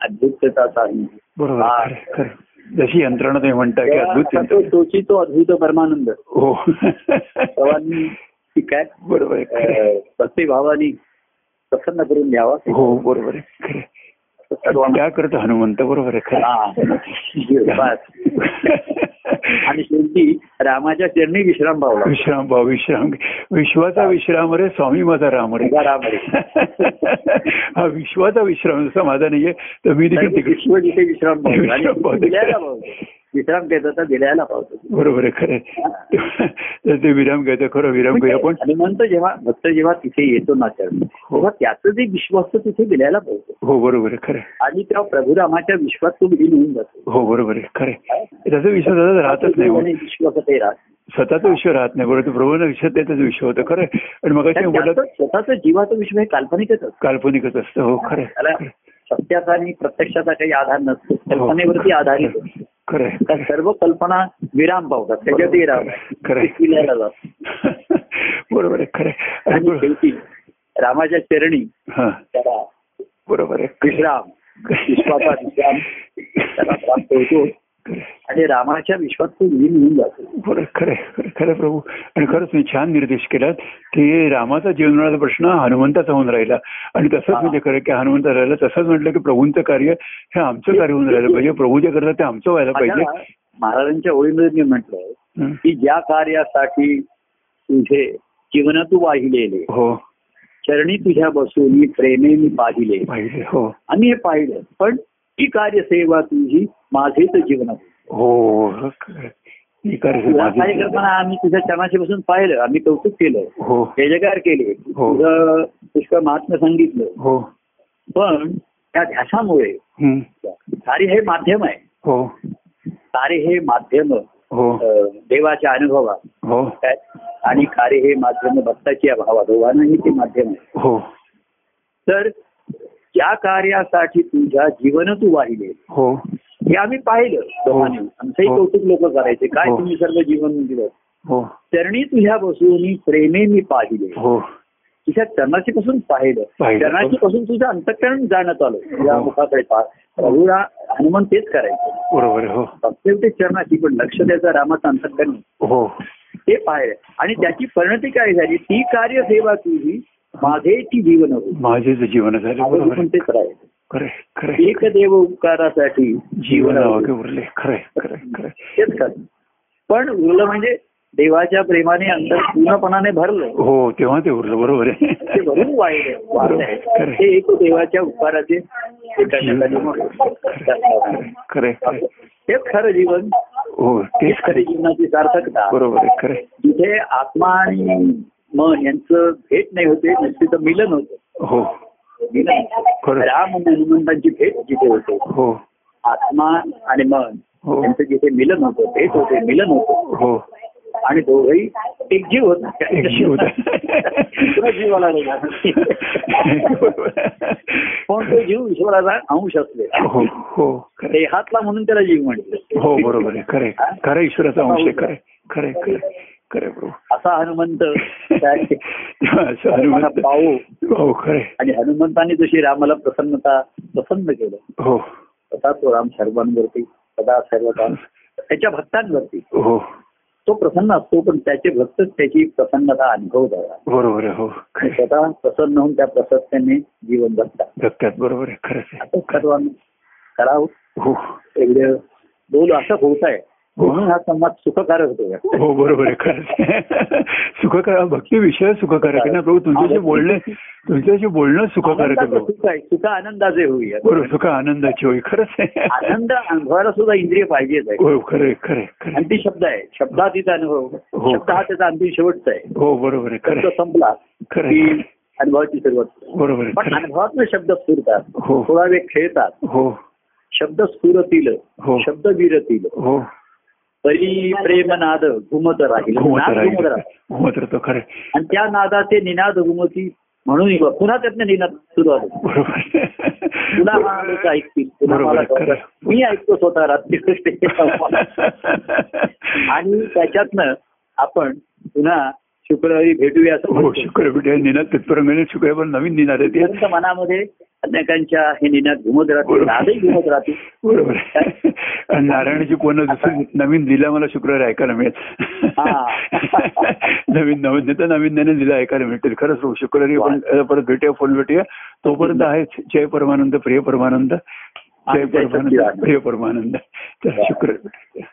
Speaker 1: अद्भुतता चालली
Speaker 2: बरोबर
Speaker 1: हा.
Speaker 2: आहे, खरं खरं जशी यंत्रणा तुम्ही म्हणता की अद्भुत
Speaker 1: तेव्हा तो
Speaker 2: यंत्रणा
Speaker 1: तोची तो अद्भुत परमानंद
Speaker 2: हो
Speaker 1: सर्वांनी ठीक आहे
Speaker 2: *laughs* बरोबर आहे खरं आहे.
Speaker 1: अं, भक्तिभावानी प्रसन्न करून घ्यावा
Speaker 2: हो बरोबर आहे खरं आहे.
Speaker 1: सर्वांना.
Speaker 2: त्याकरता हनुमंत बरोबर आहे खरं
Speaker 1: हा.
Speaker 2: *laughs*
Speaker 1: बस. आणि शेवटी रामाच्या चरणी विश्राम पावला
Speaker 2: विश्राम भाव विश्राम विश्वाचा विश्राम रे स्वामी माझा राम रे
Speaker 1: माझा राम रे.
Speaker 2: हा विश्वाचा विश्राम जसा माझा नाहीये तर मी देखील
Speaker 1: सर्व
Speaker 2: तिकडे
Speaker 1: विश्व जिथे विश्राम पावतो आणि
Speaker 2: विश्राम पावतो.
Speaker 1: दिल्याला पावतो विश्राम घेत होता दिल्याला पावतो
Speaker 2: बरोबर आहे खरं आहे. तर ते विराम घ्यायचं खरं विराम घेऊया आपण
Speaker 1: हनुमंत जेव्हा भक्त जेव्हा तिथे येतो ना चरणी
Speaker 2: हो.
Speaker 1: तेव्हा त्याचं जे विश्वास तो तिथे दिल्याला पावतो
Speaker 2: हो बरोबर आहे खरं आहे.
Speaker 1: आणि त्या प्रभुरामाच्या विश्वात तो विलीन होऊन जातो
Speaker 2: हो बरोबर आहे खरं आहे. त्याचा विश्वास आता राहतच नाही हो.
Speaker 1: विश्वासात हे राहत
Speaker 2: स्वतःचा विश्व राहत नाही बरोबर प्रभूना विश्वास त्याचाच विश्व होतं खरं आहे. आणि मग
Speaker 1: कारण
Speaker 2: म्हटलं
Speaker 1: त्याचं- स्वतःचं जीवाचं विश्व हे काल्पनिकच असतं
Speaker 2: काल्पनिकच असतं हो खरं आहे.
Speaker 1: त्याला सत्याचा आणि प्रत्यक्षाचा काही आधार नसतो
Speaker 2: हो.
Speaker 1: कल्पनेवरती आधारित असतो.
Speaker 2: खरं आहे.
Speaker 1: त्या सर्व कल्पना विराम पावतात त्याच्यातही राहतात
Speaker 2: खरं आहे.
Speaker 1: ते किल्ल्याला जातात.
Speaker 2: बरोबर आहे खरं आहे. आणि
Speaker 1: आणि
Speaker 2: बरो-
Speaker 1: शेवटी रामाच्या चरणी
Speaker 2: हा
Speaker 1: त्याला
Speaker 2: बरोबर आहे
Speaker 1: विश्राम विश्वाचा विश्राम त्याला प्राप्त होतो
Speaker 2: खरं आहे.
Speaker 1: आणि रामाच्या विश्वात तो विलीन होऊन जातो
Speaker 2: बरं खरं खरं खरं प्रभू आणि खरंच तुम्ही छान निर्देश केलात की रामाचा जीवनाचा प्रश्न हा हनुमंताचा होऊन राहिला आणि तसंच
Speaker 1: हा.
Speaker 2: म्हणजे खरं की हनुमंत राहिला तसंच म्हटलं की प्रभूंचं कार्य हे आमचं कार्य होऊन राहिलं पाहिजे प्रभू जे करतात ते आमचं व्हायला पाहिजे
Speaker 1: माझ्या महाराजांच्या ओळीमध्ये मी म्हटलं
Speaker 2: हं.
Speaker 1: की ज्या कार्यासाठी तुझे जीवन तू वाहिलेले
Speaker 2: हो
Speaker 1: चरणी तुझ्या बसून मी प्रेमे मी पाहिले
Speaker 2: पाहिजे हो
Speaker 1: आम्ही हे पाहिलं पण ती कार्यसेवा तुझी माझेच जीवन
Speaker 2: हो हो. खरं. ही कार्य
Speaker 1: तुझा
Speaker 2: माझी-
Speaker 1: कार्यक्रमाला आम्ही तुझ्या चरणाशी बसून पाहिलं आम्ही कौतुक केलं
Speaker 2: हो
Speaker 1: जयजयकार केले
Speaker 2: हो.
Speaker 1: तुझं पुष्कळ महात्म्य सांगितलं
Speaker 2: हो
Speaker 1: पण त्या ध्यासामुळे
Speaker 2: हं.
Speaker 1: सारे हे माध्यम आहे
Speaker 2: हो
Speaker 1: सारे हे माध्यम
Speaker 2: हो
Speaker 1: अं, देवाच्या अनुभवात
Speaker 2: हो
Speaker 1: काय आणि कार्य हे माध्यम भक्ताची अभावा दोघांनाही ते माध्यम आहे
Speaker 2: हो
Speaker 1: तर ज्या कार्यासाठी तुझ्या जीवन तू वाहिले
Speaker 2: हो
Speaker 1: हे आम्ही पाहिलं दोघांनी आमचंही
Speaker 2: हो.
Speaker 1: कौतुक लोक करायचे काय
Speaker 2: हो.
Speaker 1: तुम्ही सर्व जीवन दिलं
Speaker 2: हो
Speaker 1: चरणी तुझ्या बसून प्रेमे मी पाहिले
Speaker 2: हो
Speaker 1: तुझ्या चरणाची पासून पाहिलं
Speaker 2: पाहिलं.
Speaker 1: चरणाची पासून तुझं अंतकरण जाणत आलं तुझ्या
Speaker 2: हो.
Speaker 1: मुखाकडे पाह प्रभूला हनुमान तेच करायचं
Speaker 2: बरोबर आहे. हो
Speaker 1: फक्त ते चरणाची पण लक्ष द्यायचं रामाचं अंतकरण
Speaker 2: हो
Speaker 1: ते पाहिलं आणि त्याची परिणती काय झाली ती कार्यसेवा तुझी माझे ती जीवन होती
Speaker 2: माझेच जीवन झाले बरोबर
Speaker 1: पण
Speaker 2: आहे.
Speaker 1: तेच राहायचं
Speaker 2: खरं आहे, खरं आहे.
Speaker 1: एक देव उपकारासाठी
Speaker 2: जीवन
Speaker 1: जीवन
Speaker 2: अवघे उरले खरंय खरंय खरंय
Speaker 1: तेच खरं पण उरलं म्हणजे देवाच्या प्रेमाने अंतर पूर्णपणाने भरलं
Speaker 2: हो तेव्हा ते उरलं बरोबर आहे
Speaker 1: ते भरून वाईट आहे, वाढ
Speaker 2: खरं.
Speaker 1: आहे ते एक देवाच्या उपकाराचे ते करण्यासाठी मग
Speaker 2: खरंय, खरंय खरंय
Speaker 1: तेच खरं जीवन
Speaker 2: हो
Speaker 1: तेच
Speaker 2: तेच
Speaker 1: खरी
Speaker 2: खरे
Speaker 1: जीवनाची सार्थकता
Speaker 2: बरोबर आहे खरंय
Speaker 1: जिथे आत्मा आणि मन यांचं भेट नाही होते तिथं मिलन होतं
Speaker 2: हो
Speaker 1: मिलन.
Speaker 2: खरं.
Speaker 1: राम आणि हनुमंतांची भेट जिथे होते
Speaker 2: हो
Speaker 1: आत्मा आणि मन
Speaker 2: हो
Speaker 1: यांचं जिथे मिलन होतं भेट होते मिलन होतं
Speaker 2: हो
Speaker 1: आणि दोघही एक जीव होता
Speaker 2: एक जीव होता.
Speaker 1: दुसरा जीवाला नाही लागला. पण तो जीव ईश्वराचा अंश असले
Speaker 2: हो हो खरंय.
Speaker 1: देहातला म्हणून त्याला जीव म्हणले
Speaker 2: हो बरोबर आहे खरंय खरं ईश्वराचा अंश आहे खरंय खरंय खरंय खरंय प्रभू
Speaker 1: असा हनुमंत त्या-
Speaker 2: *laughs* असं हनुमंत
Speaker 1: पाहू
Speaker 2: हो खरंय
Speaker 1: आणि हनुमंताने जशी रामाला प्रसन्नता प्रसन्न केलं
Speaker 2: हो
Speaker 1: तसा तो राम सर्वांवरती सदा सर्व काम त्याच्या भक्तांवरती
Speaker 2: हो
Speaker 1: तो प्रसन्न असतो पण त्याचे भक्तच त्याची प्रसन्नता अनुभवतात
Speaker 2: बरोबर आहे हो
Speaker 1: आणि
Speaker 2: खरंय
Speaker 1: स्वतः प्रसन्न होऊन त्या प्रसन्नतेने जीवन जगतात
Speaker 2: जगतात बरोबर आहे खरंच आहे
Speaker 1: असं सर्वांनी करावं
Speaker 2: हो
Speaker 1: एवढं बोल असं होत आहे म्हणून हा संवाद सुखकारक होतो
Speaker 2: हो बरोबर आहे *laughs* खरंच सुखकारक भक्ती विषय सुखकारक आहे ना प्रभू तुमच्याशी बोलणे तुमच्याशी बोलणं सुखकारक आहे
Speaker 1: आनंदाचं
Speaker 2: प्रभू
Speaker 1: सुख आहे सुख आनंदाचे होऊया
Speaker 2: बरोबर सुख आनंदाची होई खरंच आहे
Speaker 1: आनंद अनुभवायला सुद्धा इंद्रिय पाहिजेच आहे
Speaker 2: हो खरं आहे, खरं आहे, खरं आहे.
Speaker 1: अंतिम शब्द आहे शब्दातीचा अनुभव
Speaker 2: हो.
Speaker 1: शब्द हा त्याचा अंतिम शेवटचा आहे
Speaker 2: हो बरोबर आहे खरं
Speaker 1: शब्द
Speaker 2: आहे,
Speaker 1: संपला
Speaker 2: खरं
Speaker 1: की
Speaker 2: आहे.
Speaker 1: अनुभवाची सुरुवात होते.
Speaker 2: बरोबर आहे
Speaker 1: पण
Speaker 2: खरं आहे.
Speaker 1: अनुभवात शब्द स्फुरतात
Speaker 2: हो.
Speaker 1: थोडा वेळ खेळतात
Speaker 2: हो
Speaker 1: शब्द स्फुरतील
Speaker 2: हो.
Speaker 1: शब्द विरतील
Speaker 2: हो
Speaker 1: परी प्रेम नाद घुमत राहील नाद
Speaker 2: घुमत
Speaker 1: घुमत
Speaker 2: राहील
Speaker 1: राहील
Speaker 2: घुमत राहतो खरं आहे.
Speaker 1: आणि त्या नादाचे निनाद घुमती म्हणून युवा. पुन्हा त्यातनं निनाद सुरुवात होते. पुन्हा हा लोक
Speaker 2: *laughs* बरोबर
Speaker 1: ऐकतील पुन्हा
Speaker 2: बरोबर,
Speaker 1: मला
Speaker 2: खरं.
Speaker 1: कळतं. मी ऐकतो स्वतः
Speaker 2: *laughs*
Speaker 1: रात्री गोष्टी. आणि त्याच्यातनं आपण पुन्हा शुक्रवारी भेटूया असं
Speaker 2: हो
Speaker 1: म्हणतो.
Speaker 2: शुक्रपीठ निनाद तत्परंगाने शुक्रवार नवीन निनाद येते
Speaker 1: अत्यंत मनामध्ये अनेकांच्या हे निनाद घुमत राहतील नादही घुमत राहतील
Speaker 2: बरोबर आहे. आणि नारायणाची कोण दुसरी नवीन लिला मला शुक्रवारी ऐकायला
Speaker 1: हा.
Speaker 2: मिळेल नवीन नवीन नाही तर नवीन नवीन लिला ऐकायला मिळतील खरंच हो, शुक्रवारी आपण अ, परत भेटूया फोन भेटूया तोपर्यंत आहेच जय परमानंद प्रिय परमानंद जय
Speaker 1: आणि जय
Speaker 2: परमानंद
Speaker 1: सच्चिदानंद.
Speaker 2: प्रिय परमानंद तर शुक्र